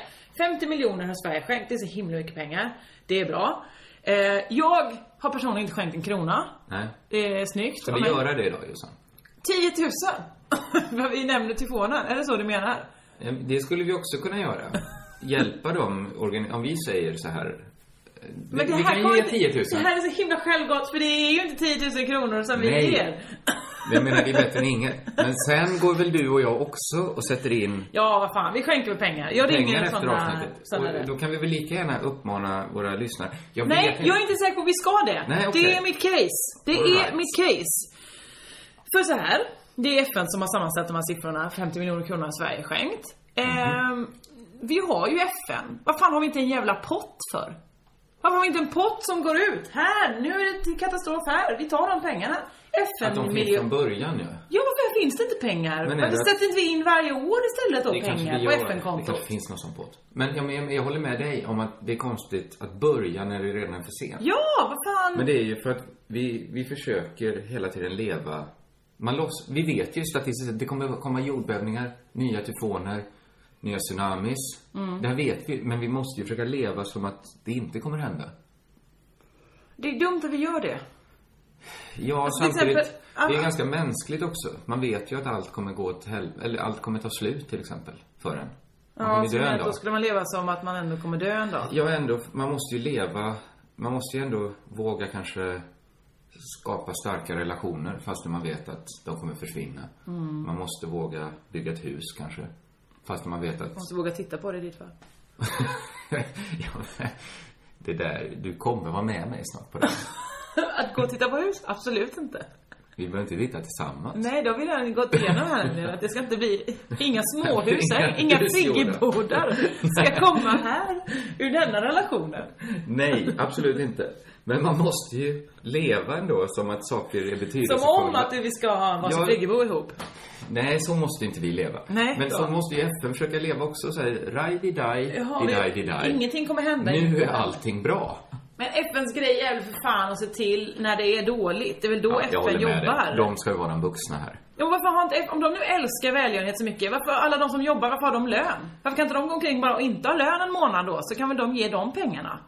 [SPEAKER 5] 50 miljoner har Sverige skänkt. Det är så himla mycket pengar. Det är bra. Eh, jag har personligen inte skänkt en krona.
[SPEAKER 6] Nej.
[SPEAKER 5] Det är snyggt.
[SPEAKER 6] Ska
[SPEAKER 5] av
[SPEAKER 6] vi
[SPEAKER 5] mig.
[SPEAKER 6] göra det idag, Jossan?
[SPEAKER 5] 10 000! vi nämner tyfonen. Är det så du menar?
[SPEAKER 6] Eh, Det skulle vi också kunna göra. Hjälpa dem, organ- om vi säger så här... eh,
[SPEAKER 5] Men det
[SPEAKER 6] vi
[SPEAKER 5] här,
[SPEAKER 6] kan
[SPEAKER 5] kommer
[SPEAKER 6] ge
[SPEAKER 5] inte-
[SPEAKER 6] 10 000.
[SPEAKER 5] det här är så himla självgott för det är ju inte 10 000 kronor som
[SPEAKER 6] Nej.
[SPEAKER 5] vi ger.
[SPEAKER 6] Jag menar, det är bättre än inget. Men sen går väl du och jag också och sätter in
[SPEAKER 5] Ja, vad fan. Vi skänker väl pengar. Jag
[SPEAKER 6] pengar
[SPEAKER 5] ringer
[SPEAKER 6] efter
[SPEAKER 5] sådana...
[SPEAKER 6] avsnittet.
[SPEAKER 5] sådana där.
[SPEAKER 6] och då kan vi väl lika gärna uppmana våra lyssnare. Jag vet
[SPEAKER 5] Nej,
[SPEAKER 6] inte-
[SPEAKER 5] jag är inte säker på att vi ska det.
[SPEAKER 6] Nej, okej.
[SPEAKER 5] Det är mitt case. Det
[SPEAKER 6] All
[SPEAKER 5] är
[SPEAKER 6] right.
[SPEAKER 5] mitt case. För så här, det är FN som har sammanställt de här siffrorna. 50 miljoner kronor har Sverige skänkt. Ehm, vi har ju FN. Vad fan har vi inte en jävla pott för? Varför har vi inte en pott som går ut? Här, nu är det till katastrof här. Vi tar de pengarna. FN
[SPEAKER 6] Att de finns från
[SPEAKER 5] miljoner.
[SPEAKER 6] början ja.
[SPEAKER 5] Ja, varför finns det inte pengar?
[SPEAKER 6] Men är
[SPEAKER 5] Varför
[SPEAKER 6] det-
[SPEAKER 5] sätter inte vi in varje år istället då pengar på
[SPEAKER 6] Det
[SPEAKER 5] FN-kontot?
[SPEAKER 6] kanske finns någon sån pott. Men jag, men jag håller med dig om att det är konstigt att börja när det redan är för sent.
[SPEAKER 5] Ja, vad fan.
[SPEAKER 6] Men det är ju för att vi, vi försöker hela tiden leva... Man loss, vi vet ju statistiskt att det kommer komma jordbävningar, nya tyfoner, nya tsunamis.
[SPEAKER 5] Mm.
[SPEAKER 6] Det här vet vi, men vi måste ju försöka leva som att det inte kommer hända.
[SPEAKER 5] det är dumt att vi gör det.
[SPEAKER 6] Ja,
[SPEAKER 5] Alltså, till
[SPEAKER 6] samtidigt.
[SPEAKER 5] exempel,
[SPEAKER 6] Det
[SPEAKER 5] alla-
[SPEAKER 6] är ganska mänskligt också. Man vet ju att allt kommer gå åt helvete, eller allt kommer ta slut till exempel, för en. Man
[SPEAKER 5] Ja,
[SPEAKER 6] kommer
[SPEAKER 5] så
[SPEAKER 6] dö en
[SPEAKER 5] men
[SPEAKER 6] dag.
[SPEAKER 5] då skulle man leva som att man ändå kommer dö en dag.
[SPEAKER 6] Ja, ändå. Man måste ju leva. Man måste ju ändå våga kanske skapa starka relationer fastän man vet att de kommer försvinna.
[SPEAKER 5] Mm.
[SPEAKER 6] Man måste våga bygga ett hus kanske. Fastän man vet att...
[SPEAKER 5] Måste våga titta på det i ditt fall.
[SPEAKER 6] ja, men, det där, du kommer vara med mig snart på det.
[SPEAKER 5] Att gå och titta på hus? Absolut inte.
[SPEAKER 6] Vi behöver inte rita tillsammans.
[SPEAKER 5] Nej, då har vi redan gått igenom här nämligen, att det ska inte bli inga småhus här, inga
[SPEAKER 6] Inga husjordar.
[SPEAKER 5] friggebodar ska komma här ur denna relationen.
[SPEAKER 6] Nej, absolut inte. Men man måste ju leva ändå som att saker är betydelsefulla.
[SPEAKER 5] Som om att vi ska ha en massa
[SPEAKER 6] Ja.
[SPEAKER 5] friggebor ihop.
[SPEAKER 6] Nej, så måste inte vi leva.
[SPEAKER 5] Nej,
[SPEAKER 6] Men så
[SPEAKER 5] bra.
[SPEAKER 6] måste ju FN försöka leva också så här, raj di daj,
[SPEAKER 5] Jaha,
[SPEAKER 6] di
[SPEAKER 5] vi-
[SPEAKER 6] daj, di daj.
[SPEAKER 5] ingenting kommer hända.
[SPEAKER 6] Nu är allting bra.
[SPEAKER 5] Men FNs grej är väl för fan att se till när det är dåligt. Det är väl då
[SPEAKER 6] jag
[SPEAKER 5] FN
[SPEAKER 6] håller med dig.
[SPEAKER 5] jobbar.
[SPEAKER 6] De ska ju vara de vuxna här.
[SPEAKER 5] Ja, varför har inte, F- om de nu älskar välgörenhet så mycket, varför alla de som jobbar, varför har de lön? Varför kan inte de gå omkring bara och inte ha lön en månad då? Så kan väl de ge de pengarna?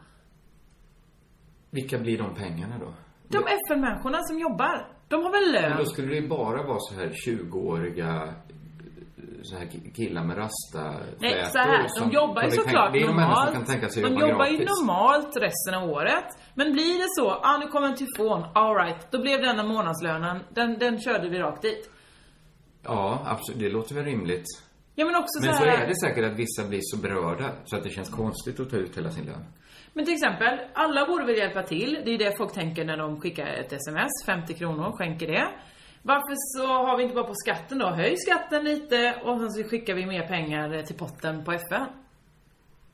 [SPEAKER 6] Vilka blir de pengarna då?
[SPEAKER 5] De FN-människorna som jobbar, de har väl
[SPEAKER 6] Men
[SPEAKER 5] lön?
[SPEAKER 6] då skulle det ju bara vara så här 20-åriga eh, så här ki- killar med rasta
[SPEAKER 5] Nej, så här, de jobbar ju såklart
[SPEAKER 6] Det är de enda som kan
[SPEAKER 5] normalt.
[SPEAKER 6] tänka sig att
[SPEAKER 5] de
[SPEAKER 6] jobba
[SPEAKER 5] jobbar ju
[SPEAKER 6] gratis.
[SPEAKER 5] normalt resten av året. Men blir det så, ah nu kommer en tyfon, alright, då blev denna månadslönen, den, den körde vi rakt dit.
[SPEAKER 6] Ja, absolut. Det låter väl rimligt.
[SPEAKER 5] Ja men också
[SPEAKER 6] Men
[SPEAKER 5] så
[SPEAKER 6] så
[SPEAKER 5] här,
[SPEAKER 6] är det säkert att vissa blir så berörda så att det känns konstigt att ta ut hela sin lön.
[SPEAKER 5] Men till exempel, alla borde väl hjälpa till. Det är det folk tänker när de skickar ett sms. 50 kronor, skänker det. Varför så har vi inte bara på skatten då? Höj skatten lite och sen så skickar vi mer pengar till potten på FN.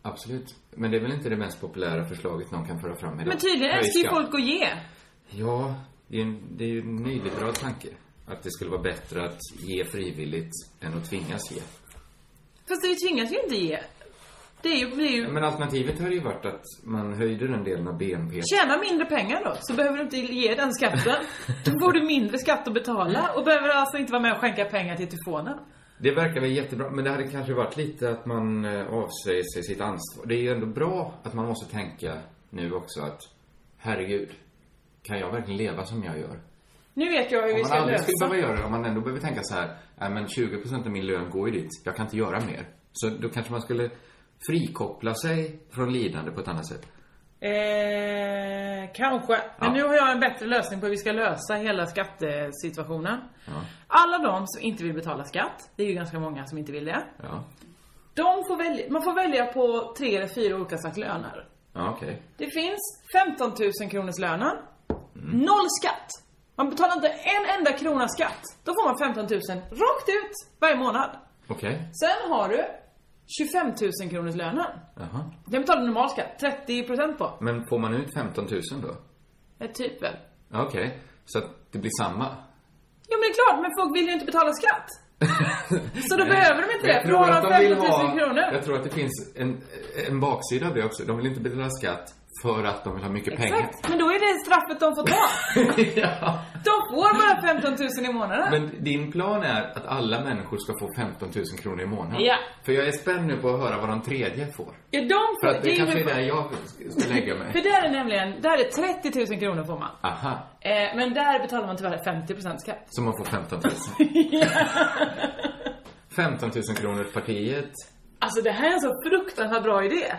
[SPEAKER 6] Absolut. Men det är väl inte det mest populära förslaget någon kan föra fram idag?
[SPEAKER 5] Men tydligen
[SPEAKER 6] Höj
[SPEAKER 5] älskar ju
[SPEAKER 6] skatt.
[SPEAKER 5] folk att ge.
[SPEAKER 6] Ja, det är, en, det är ju en nyliberal tanke. Att det skulle vara bättre att ge frivilligt än att tvingas ge.
[SPEAKER 5] Fast vi tvingas ju inte ge. Det är ju... Det är ju
[SPEAKER 6] Men alternativet hade ju varit att man höjde den delen av BNP.
[SPEAKER 5] Tjäna mindre pengar då, så behöver du inte ge den skatten. Då får du mindre skatt att betala och behöver alltså inte vara med och skänka pengar till tyfonen.
[SPEAKER 6] Det verkar väl jättebra, men det hade kanske varit lite att man eh, avsäger sig sitt ansvar. Det är ju ändå bra att man måste tänka nu också att herregud, kan jag verkligen leva som jag gör?
[SPEAKER 5] Nu vet jag hur
[SPEAKER 6] Om
[SPEAKER 5] vi
[SPEAKER 6] man
[SPEAKER 5] ska
[SPEAKER 6] aldrig skulle
[SPEAKER 5] lösa.
[SPEAKER 6] behöva göra det, om man ändå behöver tänka så här, nej men 20% av min lön går ju dit, jag kan inte göra mer. Så då kanske man skulle frikoppla sig från lidande på ett annat sätt.
[SPEAKER 5] Eh, kanske. Men nu har jag en bättre lösning på hur vi ska lösa hela skattesituationen.
[SPEAKER 6] Ja.
[SPEAKER 5] Alla de som inte vill betala skatt, det är ju ganska många som inte vill det.
[SPEAKER 6] Ja,
[SPEAKER 5] De får välja, man får välja på tre eller fyra olika slags löner.
[SPEAKER 6] ja okej.
[SPEAKER 5] Det finns 15 000 kronors lönen. Noll skatt. Man betalar inte en enda krona skatt. Då får man 15 000 rakt ut varje månad.
[SPEAKER 6] Okej.
[SPEAKER 5] Sen har du 25 000 kronors lönen.
[SPEAKER 6] Jaha.
[SPEAKER 5] Den betalar du normal skatt, 30% på.
[SPEAKER 6] Men får man ut 15 000 då?
[SPEAKER 5] Eh, Typ väl.
[SPEAKER 6] Ja, Okej. Så att det blir samma?
[SPEAKER 5] Ja men det är klart, men folk vill ju inte betala skatt. Så då
[SPEAKER 6] Nej.
[SPEAKER 5] behöver de inte
[SPEAKER 6] Jag
[SPEAKER 5] det, för då
[SPEAKER 6] tror
[SPEAKER 5] har
[SPEAKER 6] att
[SPEAKER 5] de
[SPEAKER 6] de vill
[SPEAKER 5] 15 000
[SPEAKER 6] ha-
[SPEAKER 5] kronor.
[SPEAKER 6] Jag tror att det finns en, en baksida av det också. De vill inte betala skatt för att de vill ha mycket pengar.
[SPEAKER 5] Exakt, men då är det straffet de får ta. De får bara 15 000 i månaden.
[SPEAKER 6] Men din plan är att alla människor ska få 15 000 kronor i månaden?
[SPEAKER 5] Ja.
[SPEAKER 6] För jag är spänd nu på att höra vad de tredje får.
[SPEAKER 5] ja, de
[SPEAKER 6] För
[SPEAKER 5] får,
[SPEAKER 6] att det,
[SPEAKER 5] är
[SPEAKER 6] kanske är
[SPEAKER 5] ju-
[SPEAKER 6] där jag ska lägga mig.
[SPEAKER 5] För där är nämligen, där är 30 000 kronor får man.
[SPEAKER 6] Aha.
[SPEAKER 5] Eh, men där betalar man tyvärr 50% skatt.
[SPEAKER 6] Så man får 15 000. 15 000 kronor partiet.
[SPEAKER 5] Alltså det här är en så fruktansvärt bra idé.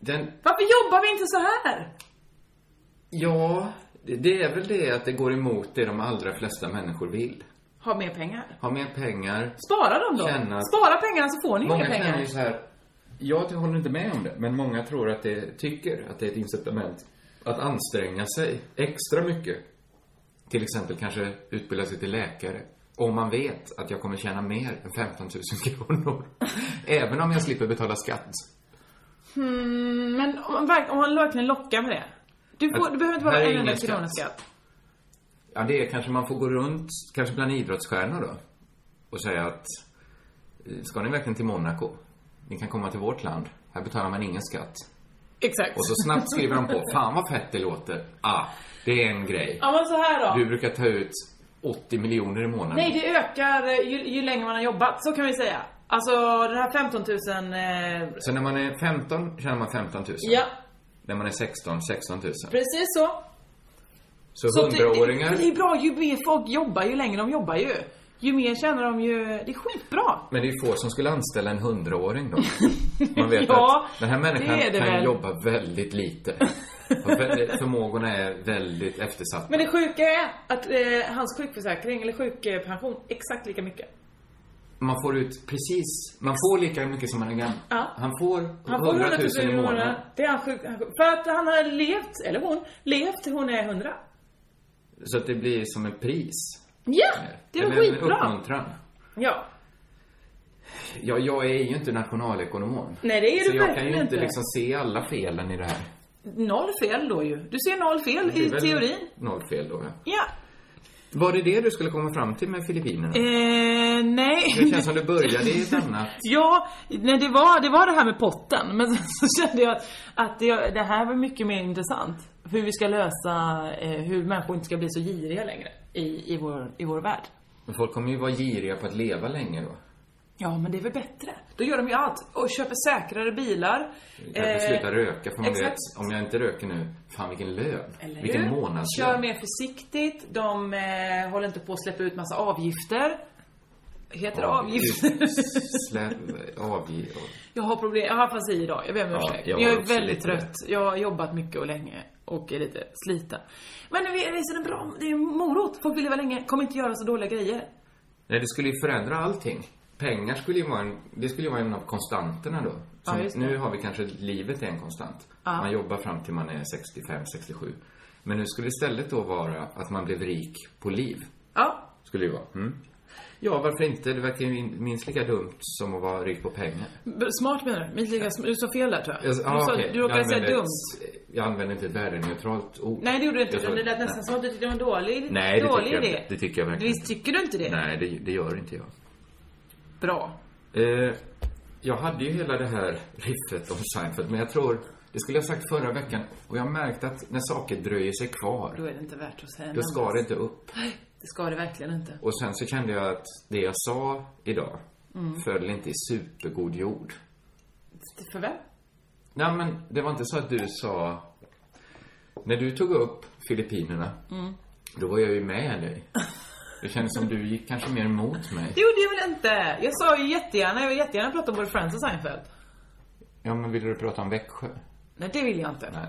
[SPEAKER 6] Den,
[SPEAKER 5] Varför jobbar vi inte så här?
[SPEAKER 6] ja, det- det är väl det att det går emot det de allra flesta människor vill.
[SPEAKER 5] Ha mer pengar.
[SPEAKER 6] Ha mer pengar.
[SPEAKER 5] Spara dem då.
[SPEAKER 6] Känna-
[SPEAKER 5] Spara pengarna så får ni
[SPEAKER 6] Många
[SPEAKER 5] mer pengar.
[SPEAKER 6] känner ju så här. Jag håller inte med om det, men många tror att det tycker att det är ett incitament att anstränga sig extra mycket. Till exempel kanske utbilda sig till läkare. Om man vet att jag kommer tjäna mer än 15 000 kronor. Även om jag slipper betala skatt.
[SPEAKER 5] Hmm, men om man, verk- om man verkligen lockar med det. Du, får,
[SPEAKER 6] Att
[SPEAKER 5] du behöver inte bara
[SPEAKER 6] här är
[SPEAKER 5] en enda
[SPEAKER 6] ingen
[SPEAKER 5] krona
[SPEAKER 6] skatt.
[SPEAKER 5] skatt.
[SPEAKER 6] Ja, det är kanske man får gå runt, kanske bland idrottsstjärnor då. Och säga att, eh, ska ni verkligen till Monaco? Ni kan komma till vårt land. Här betalar man ingen skatt.
[SPEAKER 5] Exakt.
[SPEAKER 6] Och så snabbt skriver de på. Fan vad fett det låter. Ah, det är en grej.
[SPEAKER 5] Ja men så här då.
[SPEAKER 6] Du brukar ta ut 80 miljoner i månaden.
[SPEAKER 5] Nej det ökar eh, ju, ju längre man har jobbat, så kan vi säga. Alltså den här 15 000... Eh,
[SPEAKER 6] Så när man är 15 tjänar man 15 000.
[SPEAKER 5] ja,
[SPEAKER 6] När man är 16, 16 000.
[SPEAKER 5] precis så.
[SPEAKER 6] Så
[SPEAKER 5] Så att det-
[SPEAKER 6] 100-åringar.
[SPEAKER 5] Det, det är bra, ju mer folk jobbar, ju längre de jobbar ju. Ju mer tjänar de ju... Det är skitbra.
[SPEAKER 6] Men det är ju få som skulle anställa en 100-åring då. Man vet
[SPEAKER 5] Ja,
[SPEAKER 6] att den här människan
[SPEAKER 5] det är det
[SPEAKER 6] kan
[SPEAKER 5] väl.
[SPEAKER 6] jobba väldigt lite. Och väldigt, förmågorna är väldigt eftersatta.
[SPEAKER 5] Men det sjuka är att eh, hans sjukförsäkring, eller sjukpension, exakt lika mycket.
[SPEAKER 6] Man får ut precis, man får lika mycket som man är gammal.
[SPEAKER 5] Ja.
[SPEAKER 6] Han får 100
[SPEAKER 5] Han får 100 000 i
[SPEAKER 6] månaden.
[SPEAKER 5] månaden. Det är han sjuk... han- För att han har levt, eller hon, levt till hon är 100.
[SPEAKER 6] Så att det blir som en pris.
[SPEAKER 5] Ja, det var
[SPEAKER 6] Eller en
[SPEAKER 5] skitbra.
[SPEAKER 6] uppmuntran.
[SPEAKER 5] Ja.
[SPEAKER 6] Ja, jag är ju inte nationalekonom.
[SPEAKER 5] Nej, det är
[SPEAKER 6] så
[SPEAKER 5] du
[SPEAKER 6] jag kan
[SPEAKER 5] verkligen
[SPEAKER 6] ju inte
[SPEAKER 5] inte.
[SPEAKER 6] liksom se alla felen i det här.
[SPEAKER 5] Noll fel då ju. Du ser noll fel
[SPEAKER 6] Det är
[SPEAKER 5] i
[SPEAKER 6] väl
[SPEAKER 5] teorin.
[SPEAKER 6] Noll fel då, ja.
[SPEAKER 5] Ja.
[SPEAKER 6] Var det det du skulle komma fram till med Filippinerna?
[SPEAKER 5] Eh, nej.
[SPEAKER 6] Det känns som du började i ett annat...
[SPEAKER 5] Ja, nej, det, var, det var det här med potten. Men sen så kände jag att, att det, det här var mycket mer intressant. Hur vi ska lösa, eh, hur människor inte ska bli så giriga längre i, i, vår, i vår värld.
[SPEAKER 6] Men folk kommer ju vara giriga på att leva länge då.
[SPEAKER 5] Ja, men det är väl bättre? Då gör de ju allt. Och köper säkrare bilar.
[SPEAKER 6] Kanske
[SPEAKER 5] Eh,
[SPEAKER 6] sluta röka för man
[SPEAKER 5] exakt.
[SPEAKER 6] vet, om jag inte röker nu, fan vilken lön.
[SPEAKER 5] Eller
[SPEAKER 6] vilken
[SPEAKER 5] hur?
[SPEAKER 6] månadslön.
[SPEAKER 5] Kör mer försiktigt. De eh, håller inte på att släppa ut massa avgifter. Heter det avgifter?
[SPEAKER 6] Släpp, avgiv...
[SPEAKER 5] Jag har problem. Jag har afasi idag. Jag ber om
[SPEAKER 6] Ja,
[SPEAKER 5] ursäkt.
[SPEAKER 6] jag
[SPEAKER 5] Jag,
[SPEAKER 6] har
[SPEAKER 5] är
[SPEAKER 6] också
[SPEAKER 5] väldigt
[SPEAKER 6] lite
[SPEAKER 5] trött. Jag har jobbat mycket och länge. Och är lite sliten. Men det är det är en bra... Det är en morot. Folk vill leva länge. Kommer inte göra så dåliga grejer.
[SPEAKER 6] Nej, det skulle ju förändra allting. Pengar skulle ju vara en, det skulle ju vara en av konstanterna då. Som,
[SPEAKER 5] Ja, just det.
[SPEAKER 6] nu har vi kanske, livet är en konstant.
[SPEAKER 5] Ja.
[SPEAKER 6] Man jobbar fram till man är 65, 67. Men nu skulle det istället då vara att man blev rik på liv.
[SPEAKER 5] Ja.
[SPEAKER 6] Skulle det ju vara. Mm. Ja, varför inte? Det verkar ju in- minst lika dumt som att vara rik på pengar.
[SPEAKER 5] B- Smart menar du? Minst lika sm- Du sa fel där tror jag.
[SPEAKER 6] Jag-
[SPEAKER 5] Mm. du,
[SPEAKER 6] ah,
[SPEAKER 5] sa,
[SPEAKER 6] okej.
[SPEAKER 5] du
[SPEAKER 6] Jag
[SPEAKER 5] råkade säga
[SPEAKER 6] använde ett-
[SPEAKER 5] dumt.
[SPEAKER 6] Jag använde inte ett värdeneutralt ord.
[SPEAKER 5] Nej, det gjorde du inte.
[SPEAKER 6] Jag
[SPEAKER 5] Utan
[SPEAKER 6] tror-
[SPEAKER 5] det lät nästan som att du tyckte det var en dålig,
[SPEAKER 6] Nej, det
[SPEAKER 5] dålig
[SPEAKER 6] tycker, jag,
[SPEAKER 5] idé.
[SPEAKER 6] inte. det tycker jag verkligen
[SPEAKER 5] Visst tycker du inte det?
[SPEAKER 6] Nej, det, det gör inte jag.
[SPEAKER 5] Bra.
[SPEAKER 6] Eh, jag hade ju hela det här riffet om Seinfeld, men jag tror... Det skulle jag ha sagt förra veckan. Och jag märkte att när saker dröjer sig kvar,
[SPEAKER 5] Då är det inte värt att säga
[SPEAKER 6] då
[SPEAKER 5] namn.
[SPEAKER 6] ska det inte upp.
[SPEAKER 5] Nej, Det ska det verkligen inte.
[SPEAKER 6] Och sen så kände jag att det jag sa idag
[SPEAKER 5] Mm.
[SPEAKER 6] föll inte i supergod jord.
[SPEAKER 5] För vem?
[SPEAKER 6] Nej, men det var inte så att du sa... När du tog upp Filippinerna,
[SPEAKER 5] Mm.
[SPEAKER 6] då var jag ju med dig. Det kändes som du gick kanske mer emot mig.
[SPEAKER 5] Det gjorde jag väl inte? Jag sa ju jättegärna, jag vill jättegärna prata om både Friends och Seinfeld.
[SPEAKER 6] Ja, men ville du prata om Växjö?
[SPEAKER 5] Nej, det vill jag inte.
[SPEAKER 6] Nej.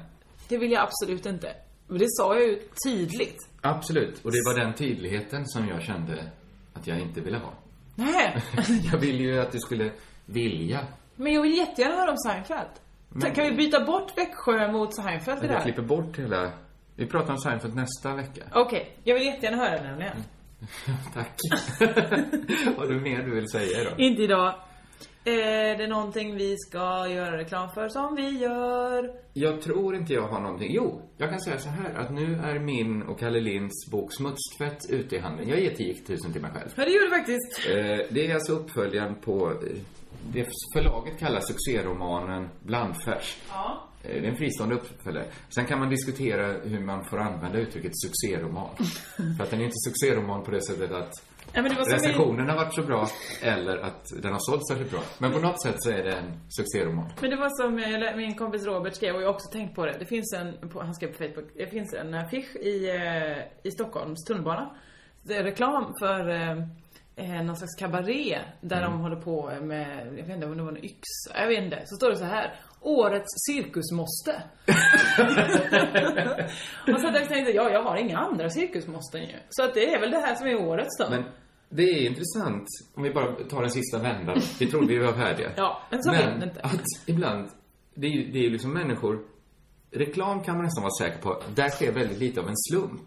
[SPEAKER 5] Det vill jag absolut inte. Men det sa jag ju tydligt.
[SPEAKER 6] Absolut, och det var den tydligheten som jag kände att jag inte ville ha.
[SPEAKER 5] Nej,
[SPEAKER 6] Jag ville ju att du skulle vilja.
[SPEAKER 5] men jag vill jättegärna höra om Seinfeld.
[SPEAKER 6] Men-
[SPEAKER 5] Kan vi byta bort Växjö mot Seinfeld i det
[SPEAKER 6] Jag
[SPEAKER 5] här?
[SPEAKER 6] klipper bort hela... Vi pratar om Seinfeld nästa vecka.
[SPEAKER 5] Okej, jag vill jättegärna höra det nämligen.
[SPEAKER 6] Tack. Har du mer du vill säga idag?
[SPEAKER 5] Inte idag. Är det någonting vi ska göra reklam för som vi gör?
[SPEAKER 6] Jag tror inte jag har någonting. Jo, jag kan säga så här att nu är min och Kalle Linds bok Smutstvätt ute i handen. Jag ger 10 000 till mig själv.
[SPEAKER 5] Ja, det gjorde du faktiskt.
[SPEAKER 6] Eh, Det är alltså uppföljaren på... eh, Det förlaget kallar succéromanen Blandfärs.
[SPEAKER 5] Ja.
[SPEAKER 6] Eh, Det är en fristående uppföljare. Sen kan man diskutera hur man får använda uttrycket succéroman. För att den är inte succéroman på det sättet att
[SPEAKER 5] Ja, men det var som
[SPEAKER 6] recensionen har varit så bra eller att den har sålt särskilt bra. Men på något sätt så är det en succéroman.
[SPEAKER 5] Men det var som eh, min kompis Robert skrev och jag har också tänkt på det. Det finns en, på- han skrev på Facebook, det finns en affisch i, eh, i Stockholms tunnelbana. Det är reklam för eh, eh, någon slags kabaré där
[SPEAKER 6] Mm.
[SPEAKER 5] de håller på med, jag vet inte om det var en yxa, jag vet inte. Så står det så här. Årets cirkusmoste. och så att jag tänkte, ja jag har inga andra cirkusmosten ju. Så att det är väl det här som är årets då.
[SPEAKER 6] Men det är intressant, om vi bara tar den sista vändan. Vi trodde vi var färdiga.
[SPEAKER 5] Ja, men så blev det inte.
[SPEAKER 6] att ibland, det är ju det är ju liksom människor, reklam kan man nästan vara säker på, där sker väldigt lite av en slump.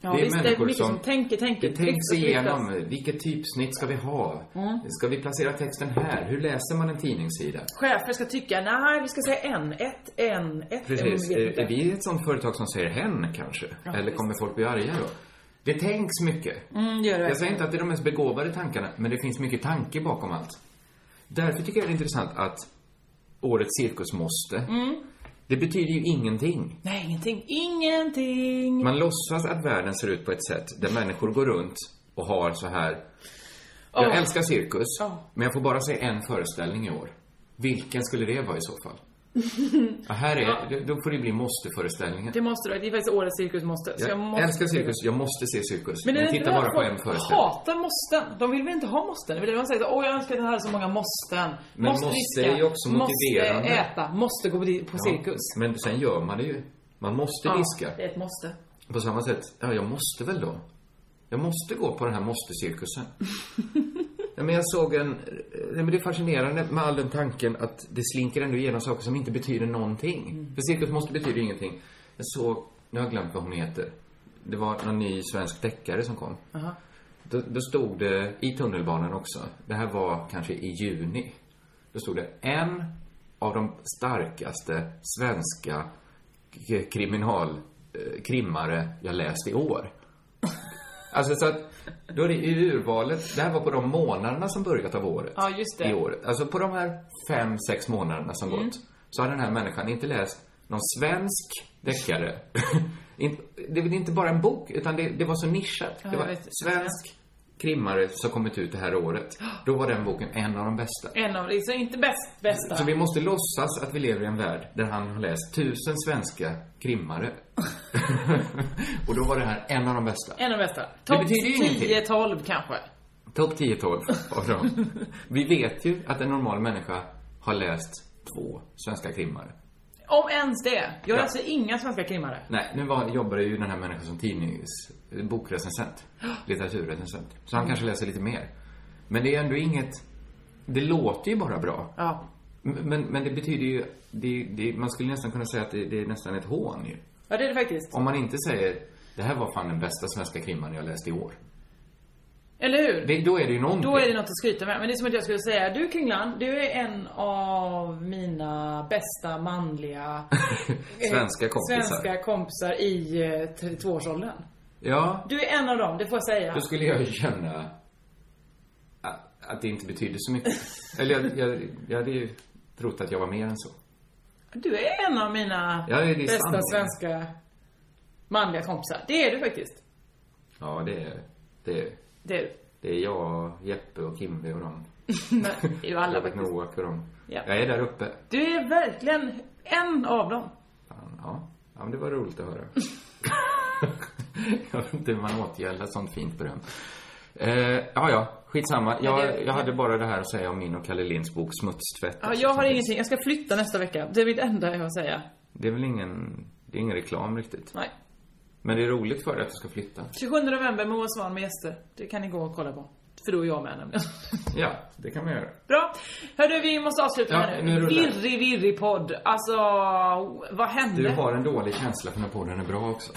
[SPEAKER 5] Ja, visst, det är mycket som tänker, tänker,
[SPEAKER 6] Det
[SPEAKER 5] trycks
[SPEAKER 6] tänks
[SPEAKER 5] och tryckas.
[SPEAKER 6] igenom, vilket typsnitt ska vi ha?
[SPEAKER 5] Mm.
[SPEAKER 6] Ska vi placera texten här? Hur läser man en tidningssida?
[SPEAKER 5] Chefer ska tycka, nej vi ska säga en, ett, en, ett.
[SPEAKER 6] Precis.
[SPEAKER 5] Jag vet
[SPEAKER 6] Är,
[SPEAKER 5] inte.
[SPEAKER 6] är vi ett sånt företag som säger hen kanske?
[SPEAKER 5] Ja,
[SPEAKER 6] Eller
[SPEAKER 5] visst.
[SPEAKER 6] kommer folk bli arga då? Det tänks mycket.
[SPEAKER 5] Mm, det gör det
[SPEAKER 6] Jag säger
[SPEAKER 5] verkligen.
[SPEAKER 6] inte att det är de mest begåvade tankarna, men det finns mycket tanke bakom allt. Därför tycker jag det är intressant att årets cirkusmåste,
[SPEAKER 5] Mm.
[SPEAKER 6] det betyder ju ingenting.
[SPEAKER 5] Nej, ingenting. Ingenting.
[SPEAKER 6] Man låtsas att världen ser ut på ett sätt där människor går runt och har så här... Jag
[SPEAKER 5] Åh.
[SPEAKER 6] älskar cirkus,
[SPEAKER 5] Åh.
[SPEAKER 6] men jag får bara se en föreställning i år. Vilken skulle det vara i så fall? Ja, här är, då får det bli måste-föreställningen.
[SPEAKER 5] Det måste du. Det är faktiskt årets cirkus måste. Så jag
[SPEAKER 6] Jag
[SPEAKER 5] måste
[SPEAKER 6] älskar cirkus, jag måste se cirkus.
[SPEAKER 5] Men
[SPEAKER 6] Men,
[SPEAKER 5] är det
[SPEAKER 6] titta
[SPEAKER 5] inte
[SPEAKER 6] bara
[SPEAKER 5] det
[SPEAKER 6] på
[SPEAKER 5] att
[SPEAKER 6] en
[SPEAKER 5] folk
[SPEAKER 6] föreställning.
[SPEAKER 5] hatar måsten. De vill väl inte ha måsten? Det är väl det man säger åh jag önskar att jag hade så många måsten.
[SPEAKER 6] Men måste är ju också motiverande.
[SPEAKER 5] Måste äta, måste gå på, di- på
[SPEAKER 6] Ja,
[SPEAKER 5] cirkus.
[SPEAKER 6] Men sen gör man det ju. Man måste
[SPEAKER 5] Ja, det
[SPEAKER 6] viska.
[SPEAKER 5] är ett måste.
[SPEAKER 6] På samma sätt, ja, jag måste väl då. Jag måste gå på den här måste-cirkusen. ja, men jag såg en... Nej, men det är fascinerande med all den tanken att det slinker ändå igenom saker som inte betyder någonting. För cirkus måste betyder ingenting. Jag såg, nu har jag glömt vad hon heter. det var någon ny svensk deckare som kom.
[SPEAKER 5] Jaha.
[SPEAKER 6] Då, då stod det i tunnelbanan också, det här var kanske i juni. Då stod det en av de starkaste svenska k- kriminal, eh, krimmare jag läst i år. Alltså så att, då är det i urvalet, det här var på de månaderna som börjat av året.
[SPEAKER 5] Ja, just det.
[SPEAKER 6] I året. Alltså på de här fem, sex månaderna som
[SPEAKER 5] Mm.
[SPEAKER 6] gått. Så har den här människan inte läst någon svensk deckare. In- det är inte bara en bok, utan det, det var så nischat.
[SPEAKER 5] Ja,
[SPEAKER 6] det
[SPEAKER 5] jag
[SPEAKER 6] var
[SPEAKER 5] vet.
[SPEAKER 6] svensk krimmare som kommit ut det här året. Då var den boken en av de bästa.
[SPEAKER 5] En av de, så inte bäst, bästa.
[SPEAKER 6] Så vi måste låtsas att vi lever i en värld där han har läst tusen svenska krimmare. Och då var det här en av de bästa.
[SPEAKER 5] En av de bästa. Topp
[SPEAKER 6] betyder ju ingenting.
[SPEAKER 5] 10-12 kanske.
[SPEAKER 6] Topp 10-12 av dem. Vi vet ju att en normal människa har läst två svenska krimmare.
[SPEAKER 5] Om ens det. Jag
[SPEAKER 6] Ja.
[SPEAKER 5] läser inga svenska krimmare.
[SPEAKER 6] Nej, nu var, jobbade ju den här människan som tidnings... bokrecensent. Litteraturrecensent. Så han
[SPEAKER 5] Mm.
[SPEAKER 6] kanske läser lite mer. Men det är ändå inget... Det låter ju bara bra.
[SPEAKER 5] Ja.
[SPEAKER 6] M- Men, men det betyder ju... Det, det, man skulle nästan kunna säga att det, det är nästan ett hån ju.
[SPEAKER 5] Ja, det är det faktiskt.
[SPEAKER 6] Om man inte säger det här var fan den bästa svenska krimmaren jag läst i år.
[SPEAKER 5] Eller hur?
[SPEAKER 6] Det, då är det ju någonting.
[SPEAKER 5] Då är det något att skryta med. Men det är som att jag skulle säga, du Kringland, du är en av mina bästa manliga eh,
[SPEAKER 6] Svenska kompisar.
[SPEAKER 5] svenska kompisar i eh, 32-årsåldern.
[SPEAKER 6] Ja,
[SPEAKER 5] Du är en av dem, det får jag säga.
[SPEAKER 6] Då skulle jag ju känna att, att det inte betyder så mycket. Eller jag, jag, jag hade ju trott att jag var mer än så.
[SPEAKER 5] Du är en av mina
[SPEAKER 6] Ja, det är
[SPEAKER 5] bästa
[SPEAKER 6] sanning.
[SPEAKER 5] svenska manliga kompisar. Det är du faktiskt.
[SPEAKER 6] Ja, det är det. Är,
[SPEAKER 5] Det är du.
[SPEAKER 6] det är jag, Jeppe och Kimby och dem.
[SPEAKER 5] Nej, det är ju alla
[SPEAKER 6] Robert Noak och dem.
[SPEAKER 5] Ja.
[SPEAKER 6] Jag är där uppe.
[SPEAKER 5] Du är verkligen en av dem.
[SPEAKER 6] Fan, ja. ja, men det var roligt att höra. jag vet inte hur man återgäldar sånt fint beröm. Eh, ja, ja, skitsamma.
[SPEAKER 5] Ja,
[SPEAKER 6] Jag,
[SPEAKER 5] det-
[SPEAKER 6] jag hade bara det här att säga om min och Kalle Linds bok Smutstvätt.
[SPEAKER 5] Ja, jag har ingenting. Jag ska flytta nästa vecka. Det är det enda jag har att säga.
[SPEAKER 6] Det är väl ingen, det är ingen reklam riktigt.
[SPEAKER 5] Nej.
[SPEAKER 6] Men det är roligt för dig att du ska flytta.
[SPEAKER 5] 27 november, Moa Svahn med gäster. Det kan ni gå och kolla på. För då är jag med nämligen.
[SPEAKER 6] Ja, det kan man göra.
[SPEAKER 5] Bra. Hörru, vi måste avsluta
[SPEAKER 6] Ja,
[SPEAKER 5] här
[SPEAKER 6] nu
[SPEAKER 5] nu.
[SPEAKER 6] rullar det.
[SPEAKER 5] Virrig, virrig podd. Alltså, vad hände?
[SPEAKER 6] Du har en dålig känsla för när podden är bra också.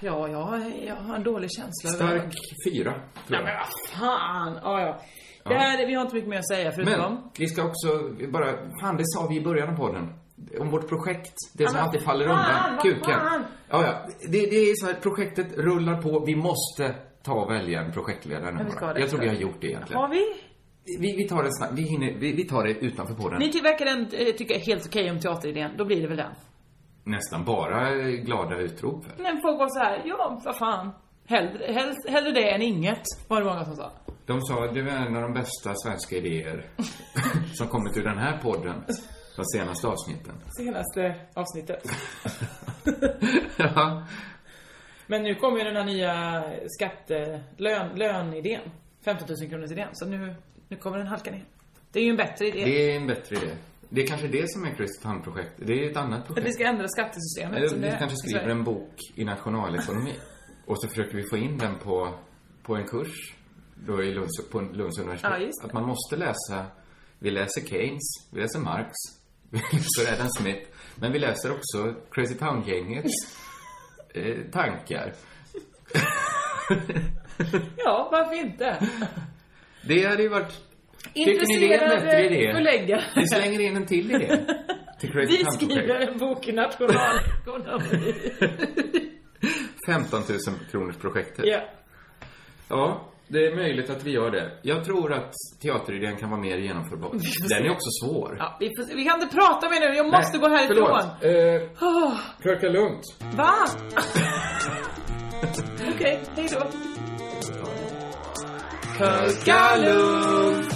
[SPEAKER 5] Ja, jag, jag har en dålig känsla. över-
[SPEAKER 6] Stark fyra, tror
[SPEAKER 5] Nej
[SPEAKER 6] jag.
[SPEAKER 5] men vad fan. Ja, ja. Det
[SPEAKER 6] Ja.
[SPEAKER 5] här, vi har inte mycket mer att säga förutom...
[SPEAKER 6] Men, vi ska också vi bara, fan det sa vi i början av podden. Om vårt projekt, det
[SPEAKER 5] Ja,
[SPEAKER 6] som
[SPEAKER 5] men
[SPEAKER 6] alltid faller
[SPEAKER 5] fan,
[SPEAKER 6] undan,
[SPEAKER 5] vad
[SPEAKER 6] kuken.
[SPEAKER 5] fan.
[SPEAKER 6] Ja, ja. Det, det är så här, projektet rullar på. Vi måste ta och välja en projektledare
[SPEAKER 5] Ja,
[SPEAKER 6] nu
[SPEAKER 5] vi ska
[SPEAKER 6] bara.
[SPEAKER 5] det.
[SPEAKER 6] Jag tror vi har gjort det egentligen.
[SPEAKER 5] Har vi?
[SPEAKER 6] Vi, vi tar det snabbt, vi, hinner, vi, vi tar det utanför podden.
[SPEAKER 5] Ni verkar ändå, eh, tycka helt okej om teateridén. Då blir det väl den.
[SPEAKER 6] Nästan bara eh, glada utrop.
[SPEAKER 5] Men folk var så här, ja, vad fan. Hellre, hellre, hellre det än inget, var det många som sa.
[SPEAKER 6] De sa du är en av de bästa svenska idéer som kommit ur den här podden. De senaste avsnitten.
[SPEAKER 5] Senaste avsnittet.
[SPEAKER 6] Ja.
[SPEAKER 5] Men nu kommer ju den här nya skatte... Lön, lönidén. 15 000 kronors idén. Så nu, nu kommer den halka ner. Det är ju en bättre idé.
[SPEAKER 6] Det är en bättre idé. Det är kanske det som är Kristinehamn-projekt. Det är ett annat
[SPEAKER 5] Att vi
[SPEAKER 6] projekt.
[SPEAKER 5] ska ändra skattesystemet.
[SPEAKER 6] Eller
[SPEAKER 5] som
[SPEAKER 6] vi
[SPEAKER 5] det är
[SPEAKER 6] kanske
[SPEAKER 5] i
[SPEAKER 6] skriver
[SPEAKER 5] Sverige.
[SPEAKER 6] en bok i nationalekonomi. Och så försöker vi få in den på, på en kurs. Då i Lunds, på Lunds universitet.
[SPEAKER 5] Ja, just det.
[SPEAKER 6] Att man måste läsa. Vi läser Keynes. Vi läser Marx. Vi läser Adam Smith. Men vi läser också Crazy Town-gängets eh, tankar.
[SPEAKER 5] Ja, varför inte?
[SPEAKER 6] Det hade ju varit... Tycker ni det är en bättre idé?
[SPEAKER 5] Intresserade förläggare.
[SPEAKER 6] Vi slänger in en till idé. Till Crazy
[SPEAKER 5] Vi
[SPEAKER 6] Town-projekt.
[SPEAKER 5] skriver en bok i nationalekonomi.
[SPEAKER 6] 15 000 kronors projektet.
[SPEAKER 5] Ja.
[SPEAKER 6] Ja, det är möjligt att vi gör det. Jag tror att teateridén kan vara mer genomförbar. Den är också svår.
[SPEAKER 5] Ja, vi, får, vi kan inte prata mer nu, jag måste gå härifrån.
[SPEAKER 6] Förlåt.
[SPEAKER 5] Ah,
[SPEAKER 6] Eh, kröka lugnt.
[SPEAKER 5] va? Okej, hej då. Kröka lugnt.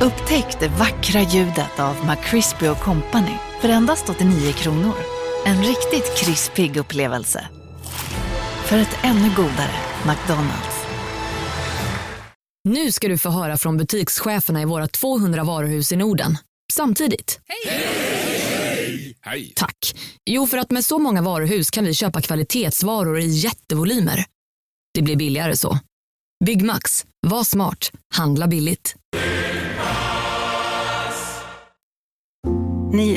[SPEAKER 15] Upptäck det vackra ljudet av McCrispy Company för endast 89 kronor. En riktigt krispig upplevelse. För ett ännu godare McDonalds.
[SPEAKER 16] Nu ska du få höra från butikscheferna i våra 200 varuhus i Norden.
[SPEAKER 17] samtidigt?
[SPEAKER 18] Hej!
[SPEAKER 17] Tack. Jo, för att med så många varuhus kan vi köpa kvalitetsvaror i jättevolymer. Det blir billigare så. Byggmax. Var smart. Handla billigt.
[SPEAKER 19] Ni